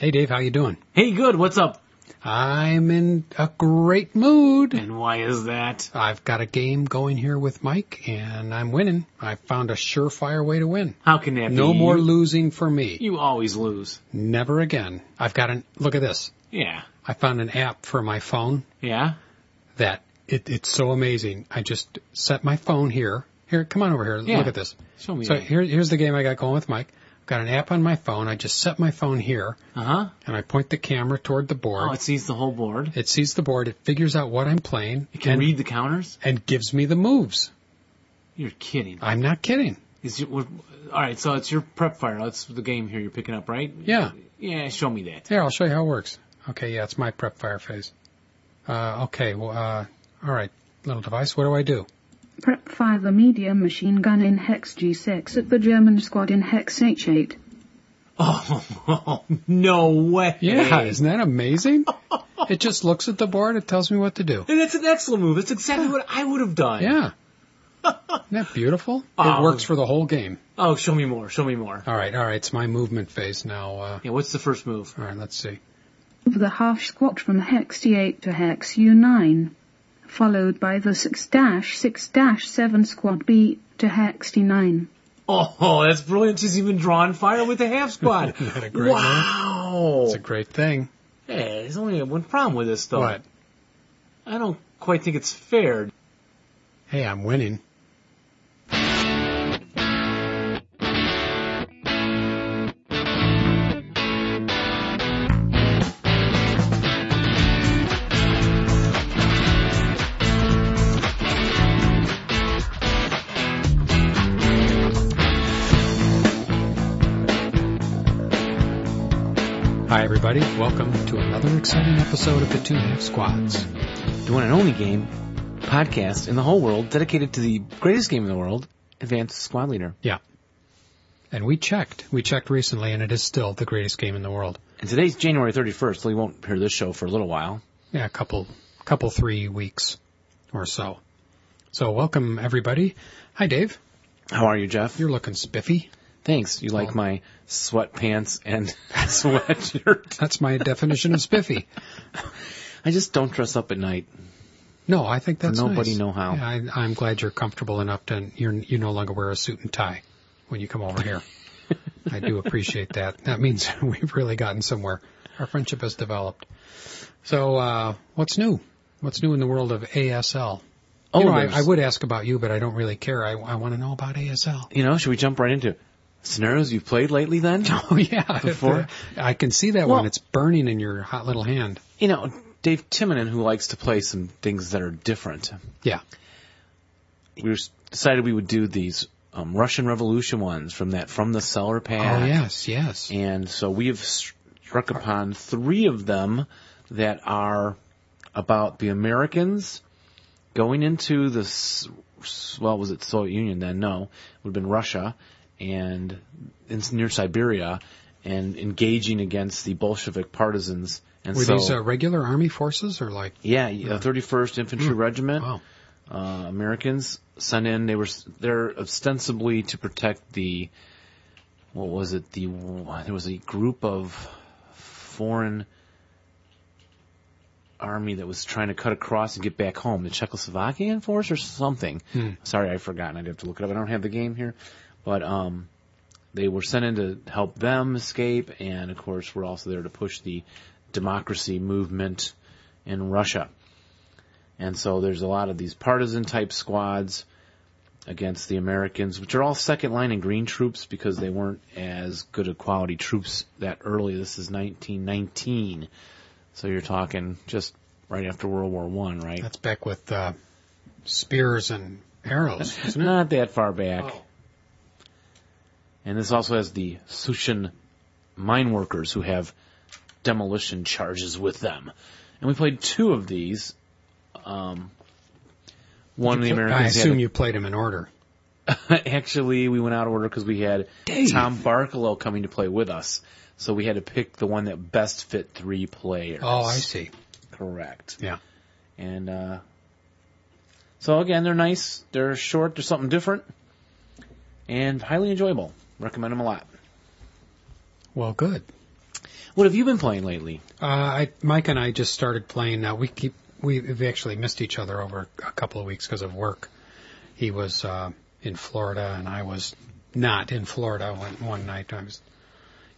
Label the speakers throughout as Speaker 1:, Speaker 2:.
Speaker 1: Hey Dave, how you doing?
Speaker 2: Hey, good. What's up?
Speaker 1: I'm in a great mood.
Speaker 2: And why is that?
Speaker 1: I've got a game going here with Mike and I'm winning. I found a surefire way to win.
Speaker 2: How can that be?
Speaker 1: No more
Speaker 2: You,
Speaker 1: losing for me.
Speaker 2: you always lose.
Speaker 1: Never again. I've got an, look at this.
Speaker 2: Yeah.
Speaker 1: I found an app for my phone
Speaker 2: Yeah.
Speaker 1: that it, it's so amazing. I just set my phone here. Here, come on over here.
Speaker 2: Yeah.
Speaker 1: Look at this.
Speaker 2: Show me.
Speaker 1: So here, here's the game I got going with Mike. I've got an app on my phone. I just set my phone here
Speaker 2: Uh huh.
Speaker 1: and I point the camera toward the board.
Speaker 2: Oh, it sees the whole board.
Speaker 1: It sees the board. It figures out what I'm playing
Speaker 2: It can
Speaker 1: and,
Speaker 2: read the counters.
Speaker 1: and gives me the moves.
Speaker 2: You're kidding.
Speaker 1: I'm not kidding.
Speaker 2: Is your, what, all right. So it's your prep fire. That's the game here you're picking up, right?
Speaker 1: Yeah.
Speaker 2: Yeah. Show me that.
Speaker 1: Here, I'll show you how it works. Okay, yeah, it's my prep fire phase. Uh, okay, well, uh, all right, little device, what do I do?
Speaker 3: Prep 5 the medium machine gun in hex G6 at the German squad in hex H8.
Speaker 2: Oh no way.
Speaker 1: Yeah, isn't that amazing? it just looks at the board. It tells me what to do.
Speaker 2: And that's an excellent move. That's exactly what I would have done.
Speaker 1: Yeah. Isn't that beautiful?
Speaker 2: Oh.
Speaker 1: It works for the whole game.
Speaker 2: Oh, show me more. Show me more.
Speaker 1: All right, all right, it's my movement phase now. Uh,
Speaker 2: Yeah. What's the first move?
Speaker 1: all right, let's see.
Speaker 3: Move the half squat from hex D8 to hex U9. Followed by the 6-6-7 squad B to hex D9.
Speaker 2: Oh, that's brilliant. She's even drawn fire with the half squad.
Speaker 1: Isn't that a great
Speaker 2: wow.
Speaker 1: It's a great thing.
Speaker 2: Hey, there's only one problem with this, though.
Speaker 1: But,
Speaker 2: I don't quite think it's fair.
Speaker 1: hey, I'm winning. Hi, everybody. Welcome to another exciting episode of the Two Half Squads.
Speaker 2: The one and only game podcast in the whole world dedicated to the greatest game in the world, Advanced Squad Leader.
Speaker 1: Yeah. And we checked. We checked recently, and it is still the greatest game in the world.
Speaker 2: And today's January 31st, so you won't hear this show for a little while.
Speaker 1: Yeah, a couple, couple, three weeks or so. So welcome everybody. Hi, Dave.
Speaker 2: How are you, Jeff?
Speaker 1: You're looking spiffy.
Speaker 2: Thanks. You like my sweatpants and sweatshirt.
Speaker 1: That's my definition of spiffy.
Speaker 2: I just don't dress up at night.
Speaker 1: No, I think that's
Speaker 2: Nobody
Speaker 1: nice.
Speaker 2: know how.
Speaker 1: Yeah, I, I'm glad you're comfortable enough to you're you no longer wear a suit and tie when you come over here. I do appreciate that. That means we've really gotten somewhere. Our friendship has developed. So uh, what's new? What's new in the world of ASL?
Speaker 2: Oh,
Speaker 1: you know, I,
Speaker 2: there's-
Speaker 1: I would ask about you, but I don't really care. I, I want to know about ASL.
Speaker 2: You know, should we jump right into scenarios you've played lately then?
Speaker 1: Oh yeah,
Speaker 2: Before-
Speaker 1: I can see that
Speaker 2: Well-
Speaker 1: one. It's burning in your hot little hand.
Speaker 2: You know, Dave Timonen, who likes to play some things that are different,
Speaker 1: Yeah.
Speaker 2: we were- decided we would do these um, Russian Revolution ones from that From the Cellar pack.
Speaker 1: Oh yes, yes.
Speaker 2: And so we have struck upon three of them that are about the Americans going into the, S- S- well, was it Soviet Union then? No, it would have been Russia and in, near Siberia and engaging against the Bolshevik partisans. And
Speaker 1: Were
Speaker 2: so,
Speaker 1: these uh, regular army forces or like?
Speaker 2: yeah, uh, 31st Infantry Regiment
Speaker 1: Wow.
Speaker 2: uh, Americans sent in. They were s- there ostensibly to protect the what was it? The there was a group of foreign army that was trying to cut across and get back home. The Czechoslovakian force or something.
Speaker 4: Hmm.
Speaker 2: Sorry, I've forgotten. I'd have to look it up. I don't have the game here, but um. They were sent in to help them escape, and of course, we're also there to push the democracy movement in Russia. And so there's a lot of these partisan type squads against the Americans, which are all second line and green troops because they weren't as good of quality troops that early. This is 1919. So you're talking just right after World War One, right?
Speaker 1: That's back with uh, spears and arrows, isn't it?
Speaker 2: Not that far back.
Speaker 1: Oh.
Speaker 2: And this also has the Sushin mine workers who have demolition charges with them. And we played two of these. Um, one of the Americans
Speaker 1: I
Speaker 2: had a-
Speaker 1: assume you played them in order.
Speaker 2: Actually, we went out of order because we had Tom Barkalow coming to play with us. So we had to pick the one that best fit three players.
Speaker 1: Oh, I see.
Speaker 2: Correct.
Speaker 1: Yeah.
Speaker 2: And, uh, so again, they're nice. They're short. They're something different. And highly enjoyable. Recommend them a lot.
Speaker 1: Well, good.
Speaker 2: What have you been playing lately?
Speaker 1: Uh, I, Mike and I just started playing. Now we keep we, we've actually missed each other over a couple of weeks because of work. He was uh, in Florida and I was not in Florida one, one night. I was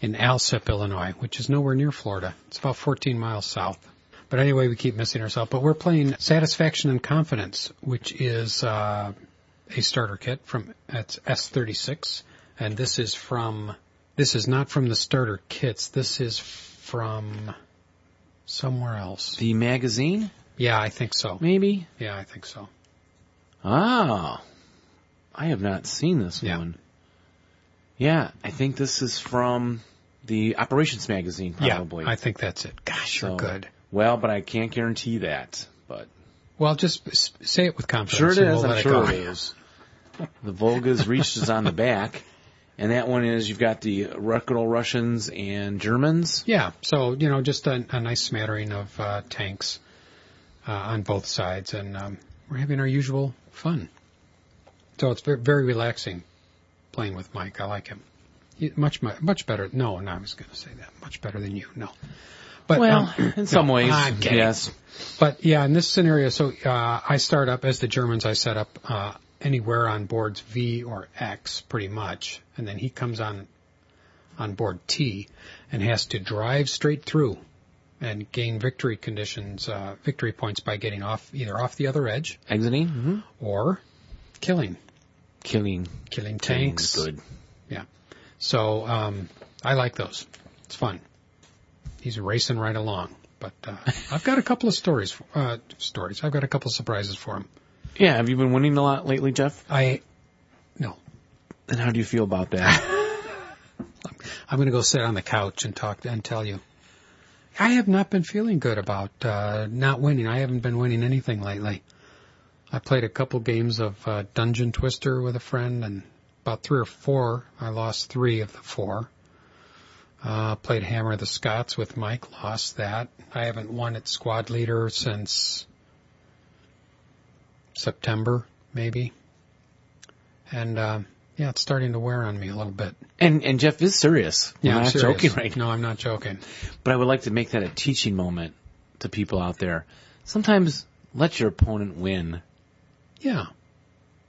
Speaker 1: in Alsip, Illinois, which is nowhere near Florida. It's about 14 miles south. But anyway, we keep missing ourselves. But we're playing Satisfaction and Confidence, which is uh, a starter kit from that's S36, and this is from this is not from the starter kits. This is from somewhere else.
Speaker 2: The magazine,
Speaker 1: Yeah, I think so.
Speaker 2: maybe?
Speaker 1: Yeah, I think so.
Speaker 2: Ah, I have not seen this
Speaker 1: Yeah.
Speaker 2: one. Yeah, I think this is from the Operations magazine, probably.
Speaker 1: Yeah, I think that's it. Gosh, you're
Speaker 2: So-
Speaker 1: good.
Speaker 2: well, but I can't guarantee that. But
Speaker 1: Well, just s- say it with confidence.
Speaker 2: sure it
Speaker 1: and
Speaker 2: is.
Speaker 1: we'll let
Speaker 2: I'm sure
Speaker 1: go.
Speaker 2: it is. The Volga's reach is on the back, and that one is you've got the Rectal Russians and Germans.
Speaker 1: Yeah, so you know, just a, a nice smattering of uh, tanks uh, on both sides, and um, we're having our usual fun. So it's very, very relaxing playing with Mike. I like him He- much, much, much better. No, no, I was going to say that much better than you. No, but
Speaker 2: Well,
Speaker 1: um,
Speaker 2: in some
Speaker 1: no,
Speaker 2: ways,
Speaker 1: I'm kidding.
Speaker 2: yes.
Speaker 1: But yeah, in this scenario, so uh, I start up as the Germans. I set up uh, anywhere on boards V or X, pretty much, and then he comes on on board T and has to drive straight through and gain victory conditions, uh, victory points by getting off either off the other edge
Speaker 2: Exiting, mm-hmm.
Speaker 1: or killing
Speaker 2: killing
Speaker 1: killing tanks.
Speaker 2: Good.
Speaker 1: So um, I like those. It's fun. He's racing right along. But uh, I've got a couple of stories. for- Uh, stories. I've got a couple of surprises for him.
Speaker 2: Yeah, have you been winning a lot lately, Jeff?
Speaker 1: I no.
Speaker 2: And how do you feel about that?
Speaker 1: I'm going to go sit on the couch and talk and tell you. I have not been feeling good about uh, not winning. I haven't been winning anything lately. I played a couple games of uh, Dungeon Twister with a friend, and about three or four. I lost three of the four. Uh, played Hammer of the Scots with Mike, lost that. I haven't won at Squad Leader since September, maybe. And uh, yeah, it's starting to wear on me a little bit.
Speaker 2: and and Jeff is serious. We're
Speaker 1: Yeah, I'm
Speaker 2: not
Speaker 1: serious.
Speaker 2: joking right now.
Speaker 1: No, I'm not joking.
Speaker 2: But I would like to make that a teaching moment to people out there. Sometimes let your opponent win.
Speaker 1: Yeah,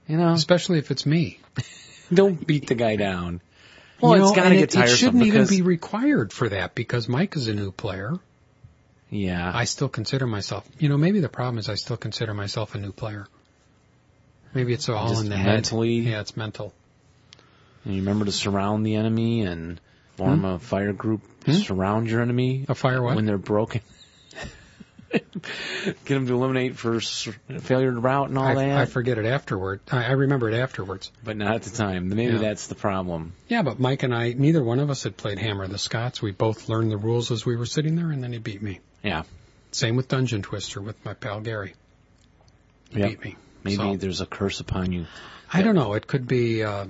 Speaker 2: You know,
Speaker 1: especially if it's me.
Speaker 2: don't beat the guy down.
Speaker 1: Well,
Speaker 2: it's gotta get
Speaker 1: it, it
Speaker 2: tiresome
Speaker 1: shouldn't even
Speaker 2: because-
Speaker 1: be required for that because Mike is a new player.
Speaker 2: Yeah.
Speaker 1: I still consider myself, you know, maybe the problem is I still consider myself a new player. Maybe it's all
Speaker 2: Just
Speaker 1: in the
Speaker 2: mentally-
Speaker 1: head. Yeah, it's mental.
Speaker 2: and you remember to surround the enemy and form a fire group. Surround your enemy
Speaker 1: Hmm? A fire what?
Speaker 2: when they're broken. Get them to eliminate for s- failure to route and all that,
Speaker 1: I, I forget it afterward. I, I remember it afterwards.
Speaker 2: but not at the time. Maybe
Speaker 1: Yeah.
Speaker 2: that's the problem.
Speaker 1: Yeah, but Mike and I, neither one of us had played Hammer of the Scots. We both learned the rules as we were sitting there, and then he beat me.
Speaker 2: Yeah.
Speaker 1: Same with Dungeon Twister with my pal Gary. He
Speaker 2: Yep.
Speaker 1: beat me.
Speaker 2: Maybe
Speaker 1: So-
Speaker 2: there's a curse upon you.
Speaker 1: I don't know. It could be, uh,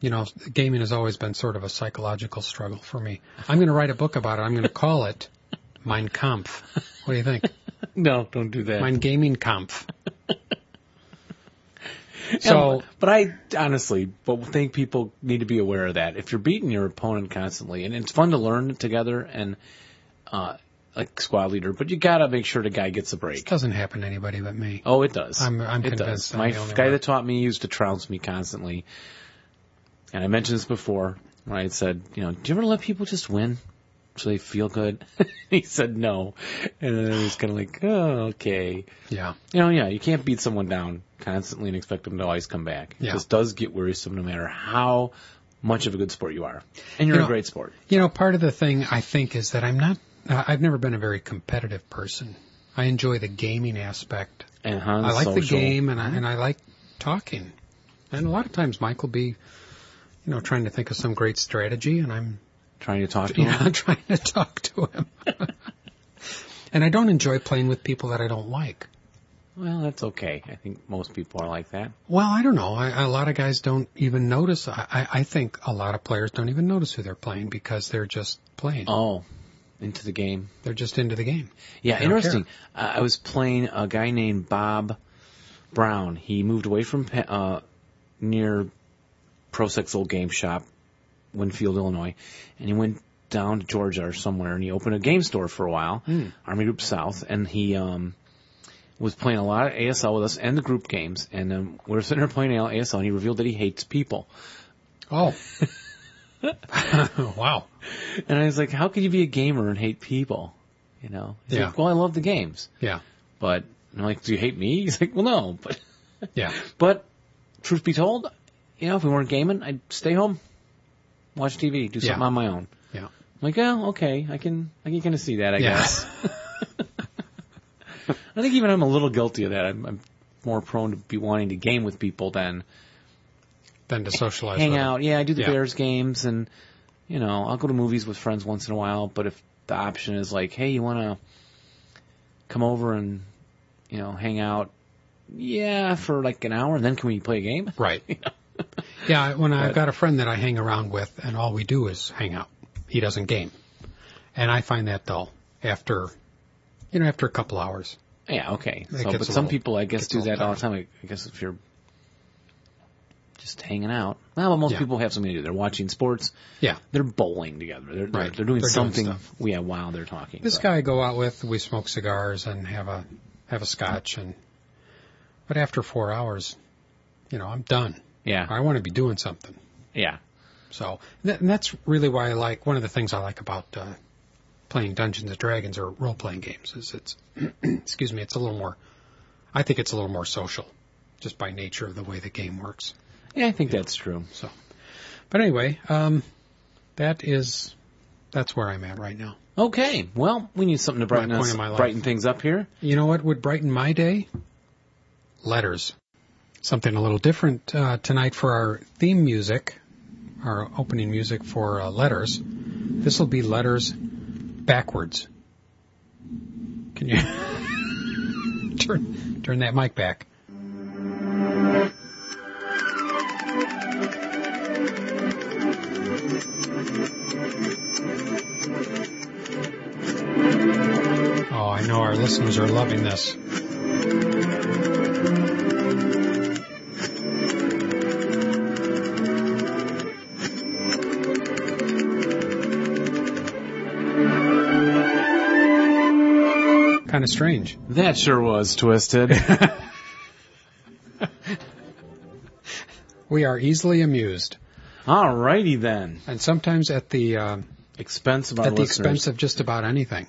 Speaker 1: you know, gaming has always been sort of a psychological struggle for me. I'm going to write a book about it. I'm going to call it Mein Kampf. What do you think?
Speaker 2: No, don't do that.
Speaker 1: Mein Gaming Kampf.
Speaker 2: So,
Speaker 1: So-
Speaker 2: Um, but I honestly, but think people need to be aware of that. If you're beating your opponent constantly, and it's fun to learn together and uh, like squad leader, but you gotta make sure the guy gets a break.
Speaker 1: Doesn't happen to anybody but me.
Speaker 2: Oh, it does.
Speaker 1: I'm- I'm
Speaker 2: it
Speaker 1: convinced
Speaker 2: does.
Speaker 1: I'm
Speaker 2: My
Speaker 1: the only
Speaker 2: guy
Speaker 1: one.
Speaker 2: that taught me used to trounce me constantly, and I mentioned this before. When I had said, you know, do you ever let people just win? So they feel good. he said no, and then I was kind of like, oh, okay.
Speaker 1: Yeah.
Speaker 2: You know, yeah, you can't beat someone down constantly and expect them to always come back. It
Speaker 1: Yeah.
Speaker 2: just does get wearisome no matter how much of a good sport you are. And you're
Speaker 1: You
Speaker 2: a
Speaker 1: know-
Speaker 2: great sport.
Speaker 1: You know, part of the thing I think is that I'm not, uh, I've never been a very competitive person. I enjoy the gaming aspect
Speaker 2: And
Speaker 1: I like the game and I,
Speaker 2: Mm-hmm.
Speaker 1: and I like talking. And a lot of times Mike will be, you know, trying to think of some great strategy and I'm,
Speaker 2: Trying to talk to
Speaker 1: you
Speaker 2: him.
Speaker 1: know, trying to talk to him. and I don't enjoy playing with people that I don't like.
Speaker 2: Well, that's okay. I think most people are like that.
Speaker 1: Well, I don't know. I, a lot of guys don't even notice. I, I, I think a lot of players don't even notice who they're playing because they're just playing.
Speaker 2: Oh, into the game.
Speaker 1: They're just into the game.
Speaker 2: Yeah,
Speaker 1: They don't
Speaker 2: interesting. Uh, I was playing a guy named Bob Brown. He moved away from Pe- uh, near ProSec's old game shop, Winfield, Illinois, and he went down to Georgia or somewhere, and he opened a game store for a while,
Speaker 4: Hmm.
Speaker 2: Army Group South, and he um, was playing a lot of ASL with us and the group games. And um, we were sitting there playing ASL, and he revealed that he hates people.
Speaker 1: Oh. wow.
Speaker 2: And I was like, how could you be a gamer and hate people? You know? He's
Speaker 1: Yeah.
Speaker 2: like, well, I love the games,
Speaker 1: Yeah.
Speaker 2: but and I'm like, do you hate me? He's like, well, no, but
Speaker 1: Yeah.
Speaker 2: but truth be told, you know, if we weren't gaming, I'd stay home, watch TV, do something
Speaker 1: Yeah.
Speaker 2: on my own.
Speaker 1: Yeah.
Speaker 2: I'm like, oh, okay, I can, I can kind of see that, I
Speaker 1: Yeah.
Speaker 2: guess. I think even I'm a little guilty of that. I'm, I'm more prone to be wanting to game with people than
Speaker 1: Then to socialize.
Speaker 2: hang
Speaker 1: with
Speaker 2: out. Yeah, I do the
Speaker 1: Yeah.
Speaker 2: Bears games and, you know, I'll go to movies with friends once in a while, but if the option is like, hey, you want to come over and, you know, hang out, yeah, for like an hour and then can we play a game?
Speaker 1: them. Right. yeah. I- When I've
Speaker 2: But-
Speaker 1: got a friend that I hang around with and all we do is hang out, he doesn't game. And I find that dull after, you know, after a couple hours.
Speaker 2: Yeah, okay.
Speaker 1: It
Speaker 2: So,
Speaker 1: gets
Speaker 2: but
Speaker 1: a
Speaker 2: some
Speaker 1: little-
Speaker 2: people, I guess,
Speaker 1: gets a
Speaker 2: do
Speaker 1: little
Speaker 2: that all the time. I I guess if you're just hanging out. Well, but most
Speaker 1: Yeah.
Speaker 2: people have something to do. They're watching sports.
Speaker 1: Yeah.
Speaker 2: They're bowling together. They're they're,
Speaker 1: Right.
Speaker 2: they're doing
Speaker 1: They're doing
Speaker 2: something.
Speaker 1: stuff.
Speaker 2: yeah, while they're talking.
Speaker 1: This
Speaker 2: So,
Speaker 1: guy I go out with, we smoke cigars and have a, have a scotch and, but after four hours, you know, I'm done.
Speaker 2: Yeah,
Speaker 1: I want to be doing something.
Speaker 2: yeah,
Speaker 1: So th- and that's really why I like one of the things I like about uh, playing Dungeons and Dragons or role playing games is it's excuse me, it's a little more. I think it's a little more social, just by nature of the way the game works.
Speaker 2: yeah. I think that's true.
Speaker 1: But anyway, um, that is that's where I'm at right now.
Speaker 2: Okay. Well, we need something to brighten
Speaker 1: point
Speaker 2: us,
Speaker 1: in my life.
Speaker 2: brighten things up here.
Speaker 1: You know what would brighten my day? Letters. Something a little different uh, tonight for our theme music, our opening music for uh, letters. This will be letters backwards. Can you turn turn that mic back? Oh, I know our listeners are loving this. Kind of strange.
Speaker 2: That sure was twisted.
Speaker 1: We are easily amused,
Speaker 2: Alrighty then.
Speaker 1: and sometimes at the uh,
Speaker 2: Expense of our
Speaker 1: at the
Speaker 2: listeners.
Speaker 1: expense of just about anything.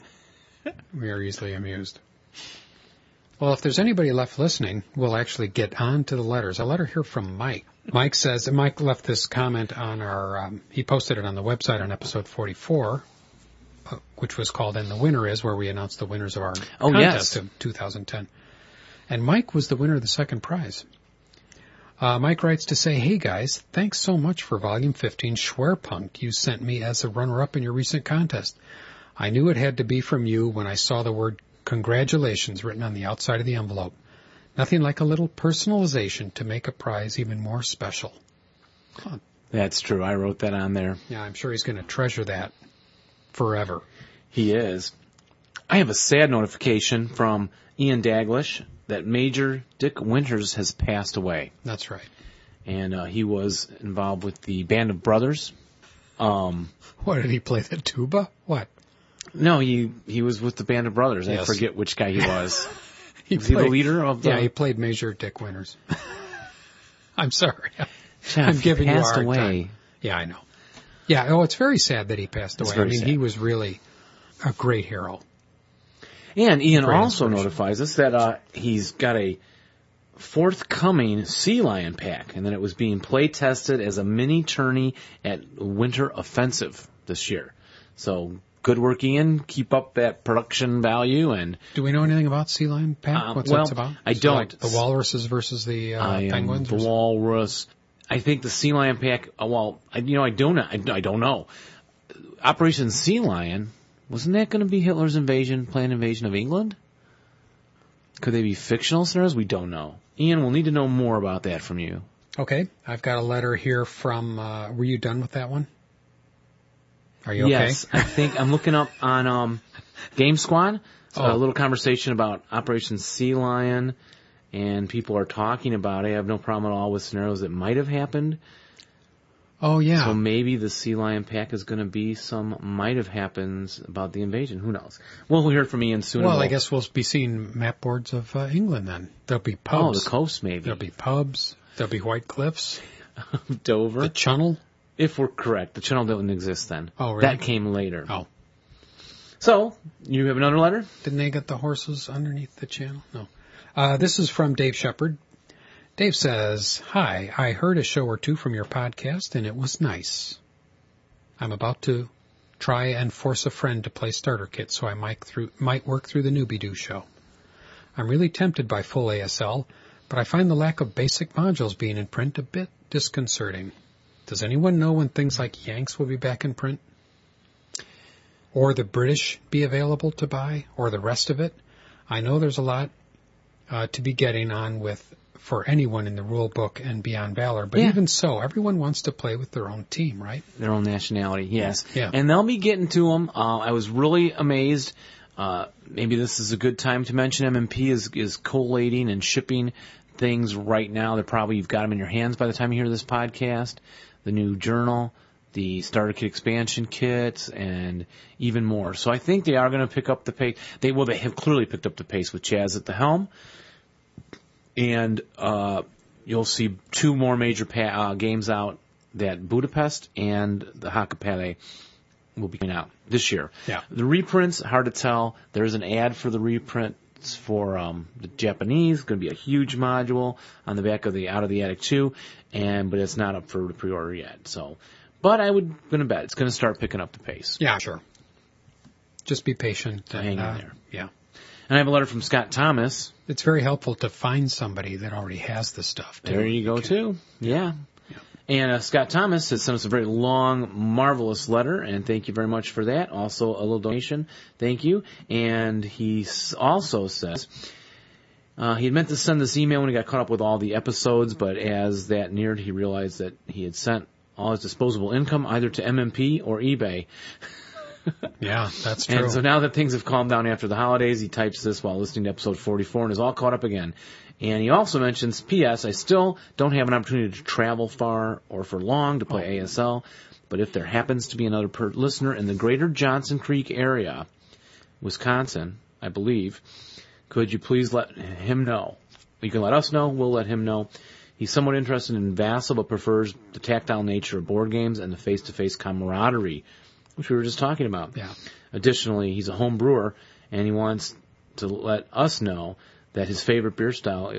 Speaker 1: We are easily amused. Well, if there's anybody left listening, we'll actually get on to the letters. A letter here from Mike. Mike says, and Mike left this comment on our, um, he posted it on the website on episode 44, uh, which was called And the Winner Is, where we announced the winners of our
Speaker 2: Oh, yes.
Speaker 1: contest of 2010. And Mike was the winner of the second prize. Uh, Mike writes to say, Hey guys, thanks so much for volume 15 Schwerpunk you sent me as a runner-up in your recent contest. I knew it had to be from you when I saw the word congratulations written on the outside of the envelope. Nothing like a little personalization to make a prize even more special.
Speaker 2: That's true. I wrote that on there.
Speaker 1: Yeah, I'm sure he's going to treasure that forever.
Speaker 2: He is. I have a sad notification from Ian Daglish that Major Dick Winters has passed away,
Speaker 1: That's right.
Speaker 2: and uh, he was involved with the Band of Brothers. Um,
Speaker 1: What did he play? The tuba? What?
Speaker 2: no, he he was with the Band of Brothers.
Speaker 1: Yes.
Speaker 2: I forget which guy he was. was he the leader of the?
Speaker 1: Yeah, he played Major Dick Winters. I'm sorry.
Speaker 2: Yeah,
Speaker 1: I'm
Speaker 2: he
Speaker 1: giving you a
Speaker 2: passed
Speaker 1: hard
Speaker 2: away.
Speaker 1: Yeah, I know. Yeah, oh, it's very sad that he passed away.
Speaker 2: It's
Speaker 1: I
Speaker 2: very
Speaker 1: mean,
Speaker 2: sad.
Speaker 1: he was really a great hero.
Speaker 2: And Ian
Speaker 1: Great
Speaker 2: also
Speaker 1: inspiration.
Speaker 2: notifies us that uh, he's got a forthcoming Sea Lion pack, and that it was being play tested as a mini tourney at Winter Offensive this year. So good work, Ian. Keep up that production value, and
Speaker 1: Do we know anything about Sea Lion Pack?
Speaker 2: Uh,
Speaker 1: What's
Speaker 2: well,
Speaker 1: that about?
Speaker 2: I
Speaker 1: Is it like
Speaker 2: don't.
Speaker 1: the walruses versus the uh,
Speaker 2: I am
Speaker 1: penguins.
Speaker 2: the
Speaker 1: or something?
Speaker 2: walrus. I think the Sea Lion pack. uh, Well, I, you know, I don't. I, I don't know. Operation Sea Lion wasn't that going to be Hitler's invasion, planned invasion of England? Could they be fictional scenarios? We don't know. Ian, we'll need to know more about that from you.
Speaker 1: okay, I've got a letter here from. Uh, were you done with that one? Are you
Speaker 2: Yes,
Speaker 1: okay?
Speaker 2: I think I'm looking up on um, Game Squad a
Speaker 1: Oh.
Speaker 2: little conversation about Operation Sea Lion, and people are talking about it. I have no problem at all with scenarios that might have happened.
Speaker 1: Oh yeah.
Speaker 2: So maybe the sea lion pack is going to be some might have happens about the invasion. Who knows? Well, we'll hear from Ian soon. and
Speaker 1: well, I
Speaker 2: we'll-
Speaker 1: guess we'll be seeing map boards of uh, England then. There'll be
Speaker 2: oh,
Speaker 1: pubs.
Speaker 2: the coast maybe
Speaker 1: There'll be pubs. There'll be White Cliffs.
Speaker 2: Dover.
Speaker 1: The Channel.
Speaker 2: if we're correct, the channel didn't exist then.
Speaker 1: Oh, really?
Speaker 2: That came later.
Speaker 1: Oh,
Speaker 2: So you have another letter.
Speaker 1: didn't they get the horses underneath the channel? No. Uh, this is from Dave Shepard. Dave says, "Hi, I heard a show or two from your podcast, and it was nice. I'm about to try and force a friend to play starter kit, so I might through might work through the newbie do show. I'm really tempted by full ASL, but I find the lack of basic modules being in print a bit disconcerting. Does anyone know when things like Yanks will be back in print? Or the British be available to buy, or the rest of it? I know there's a lot uh, to be getting on with for anyone in the rule book and beyond valor, but
Speaker 2: Yeah.
Speaker 1: even so, everyone wants to play with their own team, right?
Speaker 2: Their own nationality, yes.
Speaker 1: Yeah.
Speaker 2: And they'll be getting to them. Uh, I was really amazed. Uh, maybe this is a good time to mention MMP is is collating and shipping things right now. They're probably you've got them in your hands by the time you hear this podcast. The new journal, the starter kit expansion kits, and even more. So I think they are going to pick up the pace. They well, they have clearly picked up the pace with Chaz at the helm, and uh, you'll see two more major pa- uh, games out that Budapest and the Hakapale will be coming out this year.
Speaker 1: Yeah.
Speaker 2: The reprints, hard to tell. There's an ad for the reprints for um, the Japanese. Going to be a huge module on the back of the Out of the Attic 2, and but it's not up for pre-order yet. So, but I would going to bet it's going to start picking up the pace.
Speaker 1: Yeah, sure. Just be patient. and,
Speaker 2: Hang in
Speaker 1: uh,
Speaker 2: there.
Speaker 1: Yeah.
Speaker 2: And I have a letter from Scott Thomas.
Speaker 1: It's very helpful to find somebody that already has the stuff. Too.
Speaker 2: There you go, too. Yeah. And uh, Scott Thomas has sent us a very long, marvelous letter, and thank you very much for that. Also, a little donation. Thank you. And he s- also says, uh, he had meant to send this email when he got caught up with all the episodes, but as that neared, he realized that he had sent all his disposable income either to MMP or eBay.
Speaker 1: Yeah, that's true.
Speaker 2: And so now that things have calmed down after the holidays, he types this while listening to episode 44 and is all caught up again. And he also mentions, P.S. I still don't have an opportunity to travel far or for long to
Speaker 1: Oh.
Speaker 2: play ASL, but if there happens to be another per- listener in the greater Johnson Creek area, Wisconsin, I believe, could you please let him know? You can let us know. We'll let him know. He's somewhat interested in Vassal, but prefers the tactile nature of board games and the face-to-face camaraderie, which we were just talking about.
Speaker 1: yeah.
Speaker 2: Additionally, he's a home brewer and he wants to let us know that his favorite beer style,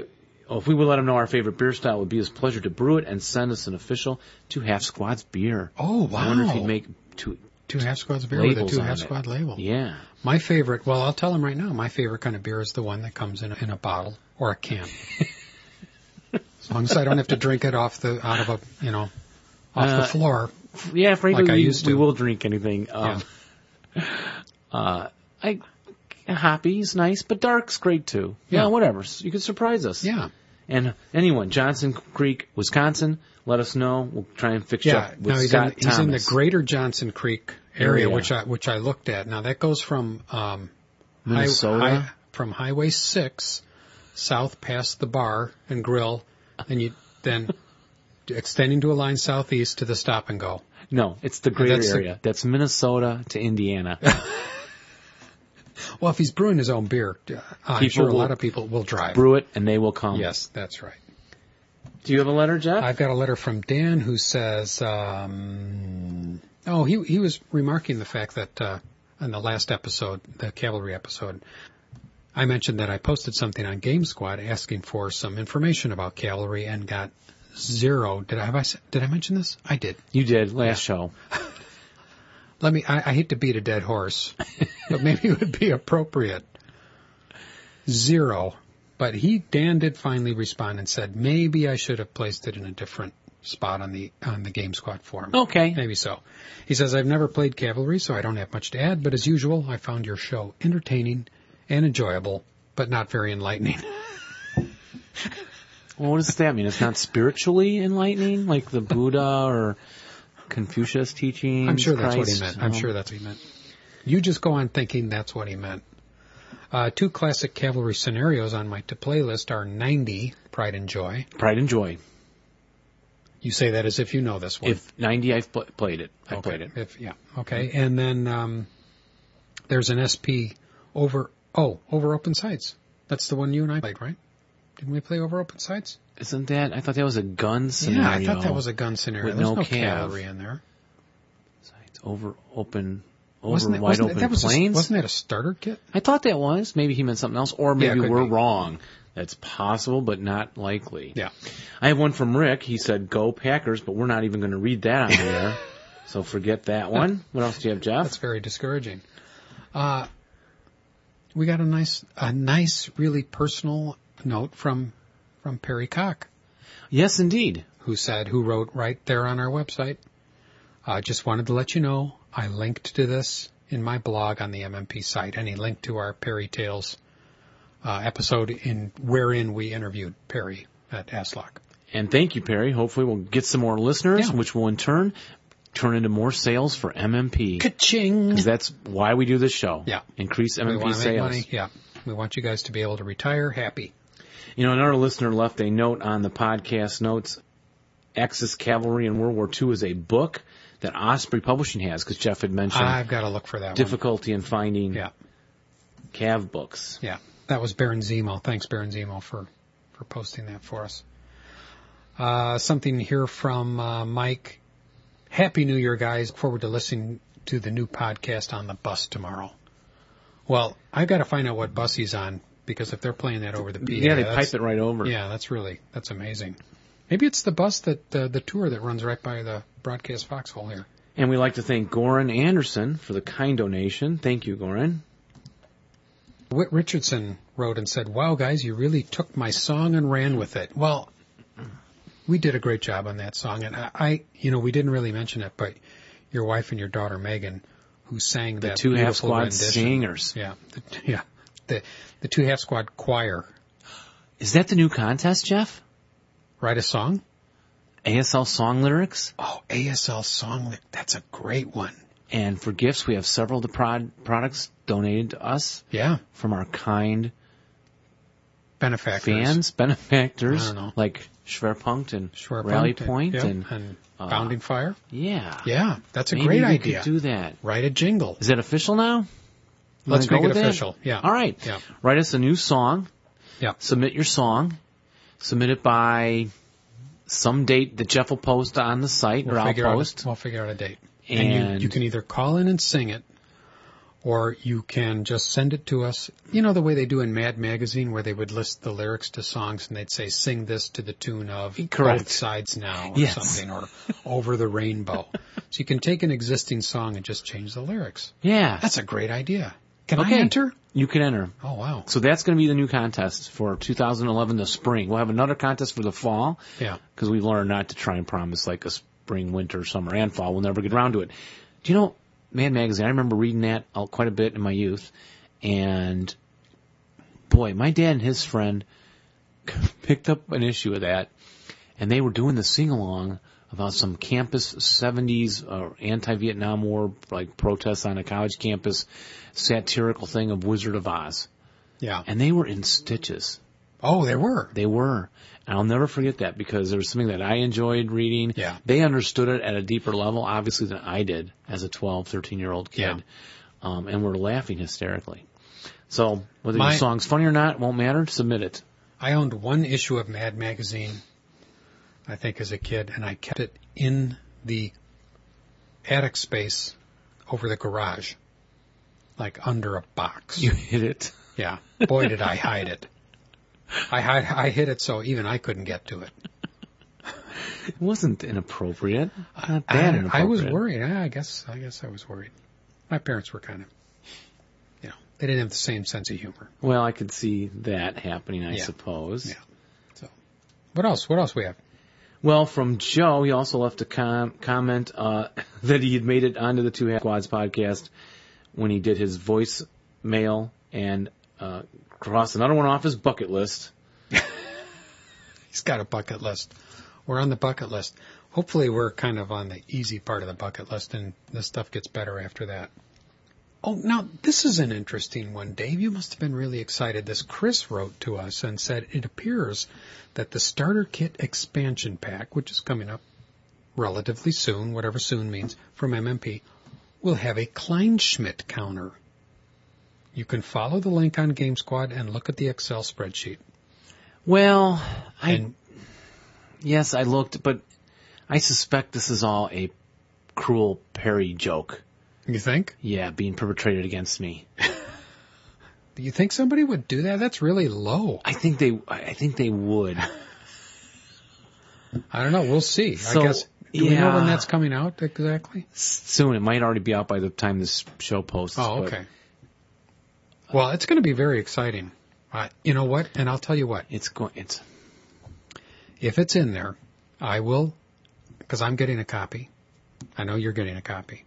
Speaker 2: oh, if we would let him know our favorite beer style, it would be his pleasure to brew it and send us an official two half squads beer.
Speaker 1: Oh wow.
Speaker 2: I wonder if he'd make two.
Speaker 1: two half squads of beer with a
Speaker 2: labels
Speaker 1: two
Speaker 2: on
Speaker 1: half
Speaker 2: it.
Speaker 1: squad label.
Speaker 2: Yeah.
Speaker 1: My favorite. Well, I'll tell him right now. My favorite kind of beer is the one that comes in a, in a bottle or a can. as long as I don't have to drink it off the out of a you know off
Speaker 2: Uh,
Speaker 1: the floor.
Speaker 2: Yeah, frankly,
Speaker 1: Like I
Speaker 2: we,
Speaker 1: used to.
Speaker 2: we will drink anything. Um, uh, I, hoppy's nice, but dark's great too.
Speaker 1: Yeah.
Speaker 2: yeah, whatever. You can surprise us.
Speaker 1: Yeah.
Speaker 2: And anyone, Johnson Creek, Wisconsin, let us know. We'll try and fix you
Speaker 1: Yeah.
Speaker 2: up with
Speaker 1: Now he's in,
Speaker 2: Scott
Speaker 1: he's in the
Speaker 2: Thomas. Oh,
Speaker 1: greater Johnson Creek area,
Speaker 2: Area.
Speaker 1: which I which I looked at. Now that goes from um Hi-
Speaker 2: Minnesota.
Speaker 1: hi- from Highway 6 south past the bar and grill, and you then extending to a line southeast to the stop and go.
Speaker 2: No, it's the greater
Speaker 1: That's the-
Speaker 2: area. That's Minnesota to Indiana.
Speaker 1: Well, if he's brewing his own beer, uh, I'm
Speaker 2: People
Speaker 1: sure a
Speaker 2: will-
Speaker 1: lot of people will drive.
Speaker 2: Brew it and they will come.
Speaker 1: Yes, that's right.
Speaker 2: Do you have a letter, Jeff?
Speaker 1: I've got a letter from Dan who says, um, oh, he he was remarking the fact that uh, in the last episode, the cavalry episode, I mentioned that I posted something on Game Squad asking for some information about cavalry and got zero. Did I have I s- did I mention this? I did.
Speaker 2: you did last show.
Speaker 1: Let me. I, I hate to beat a dead horse, but maybe it would be appropriate. Zero. But he Dan did finally respond and said maybe I should have placed it in a different spot on the on the Game Squad forum.
Speaker 2: Okay.
Speaker 1: Maybe so. He says, I've never played Cavalry, so I don't have much to add, but as usual, I found your show entertaining and enjoyable, but not very enlightening.
Speaker 2: Well, what does that mean? It's not spiritually enlightening, like the Buddha or Confucius teaching.
Speaker 1: I'm sure that's what he meant. I'm sure that's what he meant. You just go on thinking that's what he meant. Uh, two classic Cavalry scenarios on my to play list are 90, Pride and Joy,
Speaker 2: Pride and joy.
Speaker 1: You say that as if you know this one.
Speaker 2: If 90, I've pl- played it. I
Speaker 1: okay.
Speaker 2: played it.
Speaker 1: If, yeah. Okay. And then, um, there's an SP over, oh, over open sights. That's the one you and I played, right? Didn't we play over open sights?
Speaker 2: Isn't that? I thought that was a gun scenario.
Speaker 1: Yeah, I thought that was a gun scenario.
Speaker 2: With
Speaker 1: There's
Speaker 2: no
Speaker 1: no
Speaker 2: cav.
Speaker 1: cavalry in there.
Speaker 2: It's over open, over
Speaker 1: Wasn't it,
Speaker 2: wide
Speaker 1: wasn't
Speaker 2: open
Speaker 1: it, that was a-
Speaker 2: plains.
Speaker 1: wasn't that a starter kit?
Speaker 2: I thought that was. Maybe he meant something else, or
Speaker 1: Yeah, it
Speaker 2: maybe
Speaker 1: could
Speaker 2: we're
Speaker 1: be.
Speaker 2: wrong. That's possible, but not likely.
Speaker 1: Yeah.
Speaker 2: I have one from Rick. He said, "Go Packers," but we're not even going to read that on the air. So forget that one. What else do you have,
Speaker 1: That's
Speaker 2: Jeff?
Speaker 1: very discouraging. Uh, we got a nice, a nice, really personal note from, from Perry Cock,
Speaker 2: Yes, indeed.
Speaker 1: who said, who wrote right there on our website, uh, just wanted to let you know, I linked to this in my blog on the MMP site, and he linked to our Perry Tales, uh, episode in, wherein we interviewed Perry at Aslock.
Speaker 2: And thank you, Perry. Hopefully, we'll get some more listeners,
Speaker 1: Yeah.
Speaker 2: which will in turn turn into more sales for MMP.
Speaker 1: Ka-ching!
Speaker 2: 'Cause that's why we do this show.
Speaker 1: Yeah.
Speaker 2: Increase
Speaker 1: We
Speaker 2: MMP
Speaker 1: want to make
Speaker 2: sales.
Speaker 1: money. Yeah. We want you guys to be able to retire happy.
Speaker 2: You know, another listener left a note on the podcast notes. Axis Cavalry in World War II is a book that Osprey Publishing has because Jeff had mentioned
Speaker 1: I've got to look for Ah, that one.
Speaker 2: difficulty in finding
Speaker 1: Yeah.
Speaker 2: Cav books.
Speaker 1: Yeah, that was Baron Zemo. Thanks, Baron Zemo, for for posting that for us. Uh, something here from uh, Mike. Happy New Year, guys! Look Forward to listening to the new podcast on the bus tomorrow. Well, I've got to find out what bus he's on because if they're playing that over the PA,
Speaker 2: Yeah, they
Speaker 1: that's-
Speaker 2: pipe it right over.
Speaker 1: Yeah, that's really that's amazing. Maybe it's the bus that uh, the tour that runs right by the broadcast foxhole here.
Speaker 2: And we like to thank Goran Anderson for the kind donation. Thank you, Goran.
Speaker 1: Whit Richardson wrote and said, "Wow, guys, you really took my song and ran with it." Well, we did a great job on that song, and I, I you know, we didn't really mention it, but your wife and your daughter Megan, who sang
Speaker 2: The
Speaker 1: that
Speaker 2: two half
Speaker 1: beautiful
Speaker 2: squad
Speaker 1: rendition,
Speaker 2: singers.
Speaker 1: yeah, the, yeah, the the two half squad choir,
Speaker 2: Is that the new contest, Jeff?
Speaker 1: write a song.
Speaker 2: ASL song lyrics?
Speaker 1: Oh, ASL song, lyric. that's a great one.
Speaker 2: And for gifts, we have several of the prod- products donated to us
Speaker 1: Yeah,
Speaker 2: from our kind
Speaker 1: benefactors.
Speaker 2: fans, benefactors,
Speaker 1: I don't know.
Speaker 2: like Schwerpunkt and
Speaker 1: Schwerpunkt
Speaker 2: Rally
Speaker 1: and-
Speaker 2: Point
Speaker 1: yep,
Speaker 2: and, uh,
Speaker 1: Bounding Fire.
Speaker 2: yeah.
Speaker 1: Yeah, that's a
Speaker 2: Maybe
Speaker 1: great
Speaker 2: we
Speaker 1: idea.
Speaker 2: Could do that.
Speaker 1: Write a jingle.
Speaker 2: Is that official now? You wanna
Speaker 1: Let's make
Speaker 2: go
Speaker 1: it
Speaker 2: with that?
Speaker 1: official. Yeah.
Speaker 2: All right.
Speaker 1: Yeah.
Speaker 2: Write us a new song.
Speaker 1: Yeah.
Speaker 2: Submit your song. Submit it by some date that Jeff will post on the site or I'll
Speaker 1: figure
Speaker 2: post.
Speaker 1: Out a, we'll figure out a date. And,
Speaker 2: and
Speaker 1: you, you can either call in and sing it, or you can just send it to us. You know the way they do in Mad Magazine, where they would list the lyrics to songs and they'd say, "Sing this to the tune of
Speaker 2: Correct.
Speaker 1: Both Sides Now" or
Speaker 2: Yes.
Speaker 1: something, or "Over the Rainbow." so you can take an existing song and just change the lyrics.
Speaker 2: yeah.
Speaker 1: That's a great idea. Can
Speaker 2: Okay.
Speaker 1: I enter?
Speaker 2: You can enter.
Speaker 1: Oh wow!
Speaker 2: So that's going to be the new contest for 2011, the spring. We'll have another contest for the fall.
Speaker 1: Yeah.
Speaker 2: because we've learned not to try and promise like a spring, winter, summer, and fall. We'll never get around to it. Do you know Mad Magazine? I remember reading that uh, quite a bit in my youth, and boy, my dad and his friend picked up an issue of that, and they were doing the sing along about some campus 70s uh, anti-Vietnam War like protests on a college campus, satirical thing of Wizard of Oz,
Speaker 1: Yeah.
Speaker 2: and they were in stitches.
Speaker 1: Oh, there were.
Speaker 2: They were. And I'll never forget that because there was something that I enjoyed reading.
Speaker 1: Yeah.
Speaker 2: They understood it at a deeper level, obviously, than I did as a 12, 13 year old kid.
Speaker 1: Yeah.
Speaker 2: Um, and we're laughing hysterically. So whether
Speaker 1: My-
Speaker 2: your song's funny or not, won't matter. Submit it.
Speaker 1: I owned one issue of Mad Magazine, I think as a kid, and I kept it in the attic space over the garage, like under a box.
Speaker 2: You hit it.
Speaker 1: yeah. Boy, did I hide it. I hide, I hid it so even I couldn't get to it.
Speaker 2: It wasn't inappropriate. Not that
Speaker 1: I,
Speaker 2: inappropriate.
Speaker 1: I was worried. Yeah, I guess, I guess I was worried. My parents were kind of, you know, they didn't have the same sense of humor.
Speaker 2: Well, I could see that happening, I
Speaker 1: Yeah.
Speaker 2: suppose.
Speaker 1: Yeah. What else? What else we have?
Speaker 2: Well, from Joe, he also left a com- comment uh, that he had made it onto the Two Half Quads podcast when he did his voice mail and uh, crossed another one off his bucket list.
Speaker 1: He's got a bucket list. We're on the bucket list. Hopefully we're kind of on the easy part of the bucket list and the stuff gets better after that. Oh, now this is an interesting one, Dave. You must have been really excited. This Chris wrote to us and said it appears that the starter kit expansion pack, which is coming up relatively soon, whatever soon means, from MMP, will have a Kleinschmidt counter. You can follow the link on Game Squad and look at the Excel spreadsheet.
Speaker 2: Well, I
Speaker 1: and
Speaker 2: yes, I looked, but I suspect this is all a cruel Perry joke.
Speaker 1: you think?
Speaker 2: Yeah, being perpetrated against me.
Speaker 1: Do you think somebody would do that? That's really low.
Speaker 2: I think they. I think they would.
Speaker 1: I don't know. We'll see.
Speaker 2: So,
Speaker 1: I guess. Do we know
Speaker 2: yeah.
Speaker 1: when that's coming out exactly?
Speaker 2: Soon, it might already be out by the time this show posts.
Speaker 1: Oh,
Speaker 2: but
Speaker 1: okay. Well, it's going to be very exciting. I, you know what? And I'll tell you what.
Speaker 2: It's going. It's
Speaker 1: If it's in there, I will, because I'm getting a copy. I know you're getting a copy,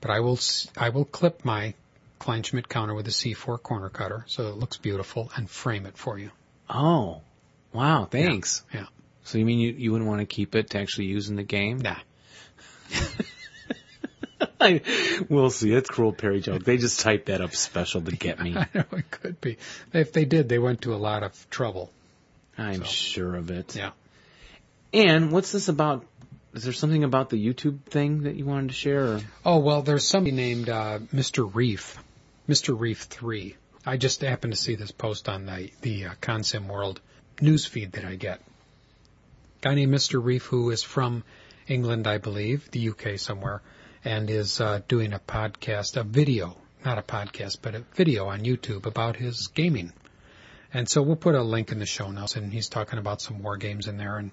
Speaker 1: but I will. s- I will clip my Kleinschmidt counter with a C4 corner cutter so it looks beautiful and frame it for you.
Speaker 2: oh, wow, thanks.
Speaker 1: Yeah.
Speaker 2: So you mean you, you wouldn't want to keep it to actually use in the game?
Speaker 1: Nah.
Speaker 2: I, we'll see. That's cruel Perry joke. They just typed that up special to get me.
Speaker 1: I know it could be. If they did, they went to a lot of trouble.
Speaker 2: I'm
Speaker 1: So.
Speaker 2: sure of it.
Speaker 1: Yeah.
Speaker 2: And what's this about? Is there something about the YouTube thing that you wanted to share? Or?
Speaker 1: Oh well, there's somebody named uh, Mr. Reef, Mr. Reef Three. I just happened to see this post on the the uh, Consim World newsfeed that I get. Guy named Mr. Reef who is from England, I believe, the UK somewhere, and is uh, doing a podcast, a video, not a podcast, but a video on YouTube about his gaming. And so we'll put a link in the show notes, and he's talking about some war games in there, and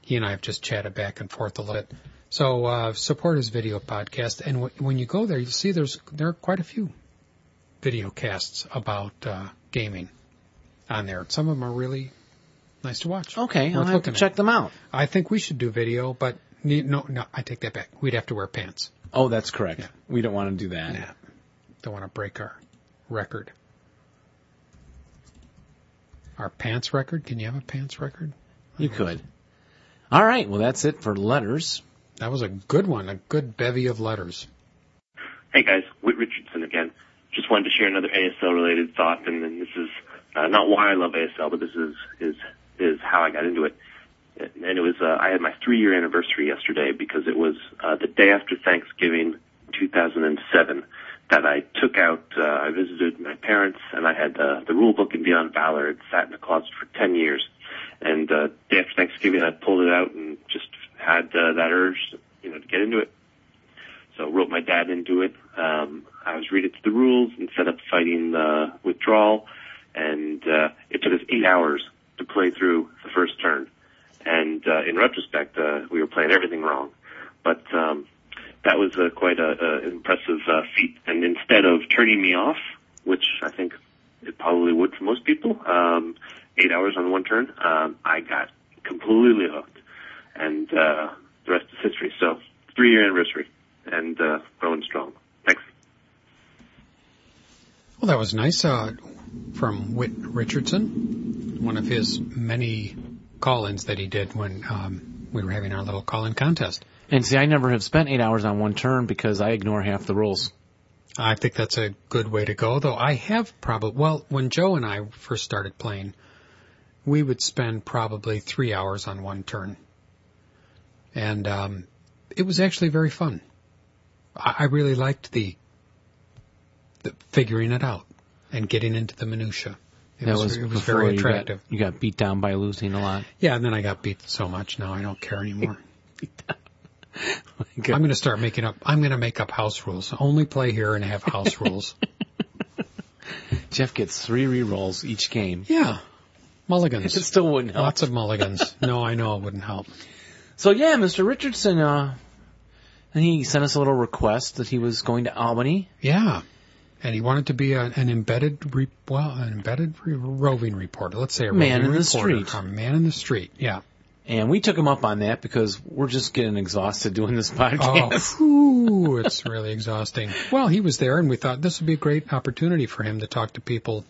Speaker 1: he and I have just chatted back and forth a little bit. So uh, support his video podcast, and w- when you go there, you'll see there's there are quite a few video casts about uh, gaming on there. Some of them are really nice to watch.
Speaker 2: Okay, I'll have
Speaker 1: Worth
Speaker 2: to
Speaker 1: looking at.
Speaker 2: check them out.
Speaker 1: I think we should do video, but ne- no, no, I take that back. We'd have to wear pants.
Speaker 2: Oh, that's correct.
Speaker 1: Yeah.
Speaker 2: We don't want to do that.
Speaker 1: Yeah. Don't want to break our record. Our pants record? Can you have a pants record?
Speaker 2: You could. All right. Well, that's it for letters.
Speaker 1: That was a good one, a good bevy of letters.
Speaker 5: Hey guys, Whit Richardson again. Just wanted to share another ASL related thought, and, then this is uh, not why I love ASL, but this is is is how I got into it. And it was uh, I had my three year anniversary yesterday because it was uh, the day after Thanksgiving, 2007, that I took out. Uh, I visited my parents, and I had uh, the rule book in Beyond Valor. It sat in the closet for 10 years, and uh, day after Thanksgiving, I pulled it out and just had uh, that urge, you know, to get into it. So wrote my dad into it. Um, I was reading through the rules and set up fighting uh, withdrawal, and uh, it took us eight hours to play through the first turn. And uh, in retrospect, uh, we were playing everything wrong, but um, that was uh, quite a, a impressive uh, feat. And instead of turning me off, which I think it probably would for most people, um, eight hours on one turn, um, I got completely hooked, and uh, the rest is history. So three year anniversary and uh, growing strong. Thanks.
Speaker 1: Well, that was nice uh, from Whit Richardson, one of his many call-ins that he did when um, we were having our little call-in contest.
Speaker 2: And see, I never have spent eight hours on one turn because I ignore half the rules.
Speaker 1: I think that's a good way to go, though I have probably, well, when Joe and I first started playing, we would spend probably three hours on one turn. And, um, it was actually very fun. I, I really liked the, the figuring it out and getting into the minutia. It
Speaker 2: that
Speaker 1: was,
Speaker 2: was,
Speaker 1: it was
Speaker 2: before
Speaker 1: very
Speaker 2: you got-
Speaker 1: attractive.
Speaker 2: You got, beat down by losing a lot.
Speaker 1: Yeah, and then I got beat so much now I don't care anymore.
Speaker 2: Good.
Speaker 1: I'm going to start making up, I'm going to make up house rules. Only play here and have house rules.
Speaker 2: Jeff gets three re-rolls each game.
Speaker 1: Yeah. Mulligans.
Speaker 2: It still wouldn't help.
Speaker 1: Lots of mulligans. no, I know it wouldn't help.
Speaker 2: So yeah, Mr. Richardson, uh, and he sent us a little request that he was going to Albany.
Speaker 1: Yeah. And he wanted to be a, an embedded, re, well, an embedded re, roving reporter. Let's say a
Speaker 2: Man
Speaker 1: roving
Speaker 2: in the
Speaker 1: reporter,
Speaker 2: street.
Speaker 1: A man in the street. Yeah.
Speaker 2: And we took him up on that because we're just getting exhausted doing this
Speaker 1: Oh,
Speaker 2: podcast.
Speaker 1: whew, it's really exhausting. Well, he was there, and we thought this would be a great opportunity for him to talk to people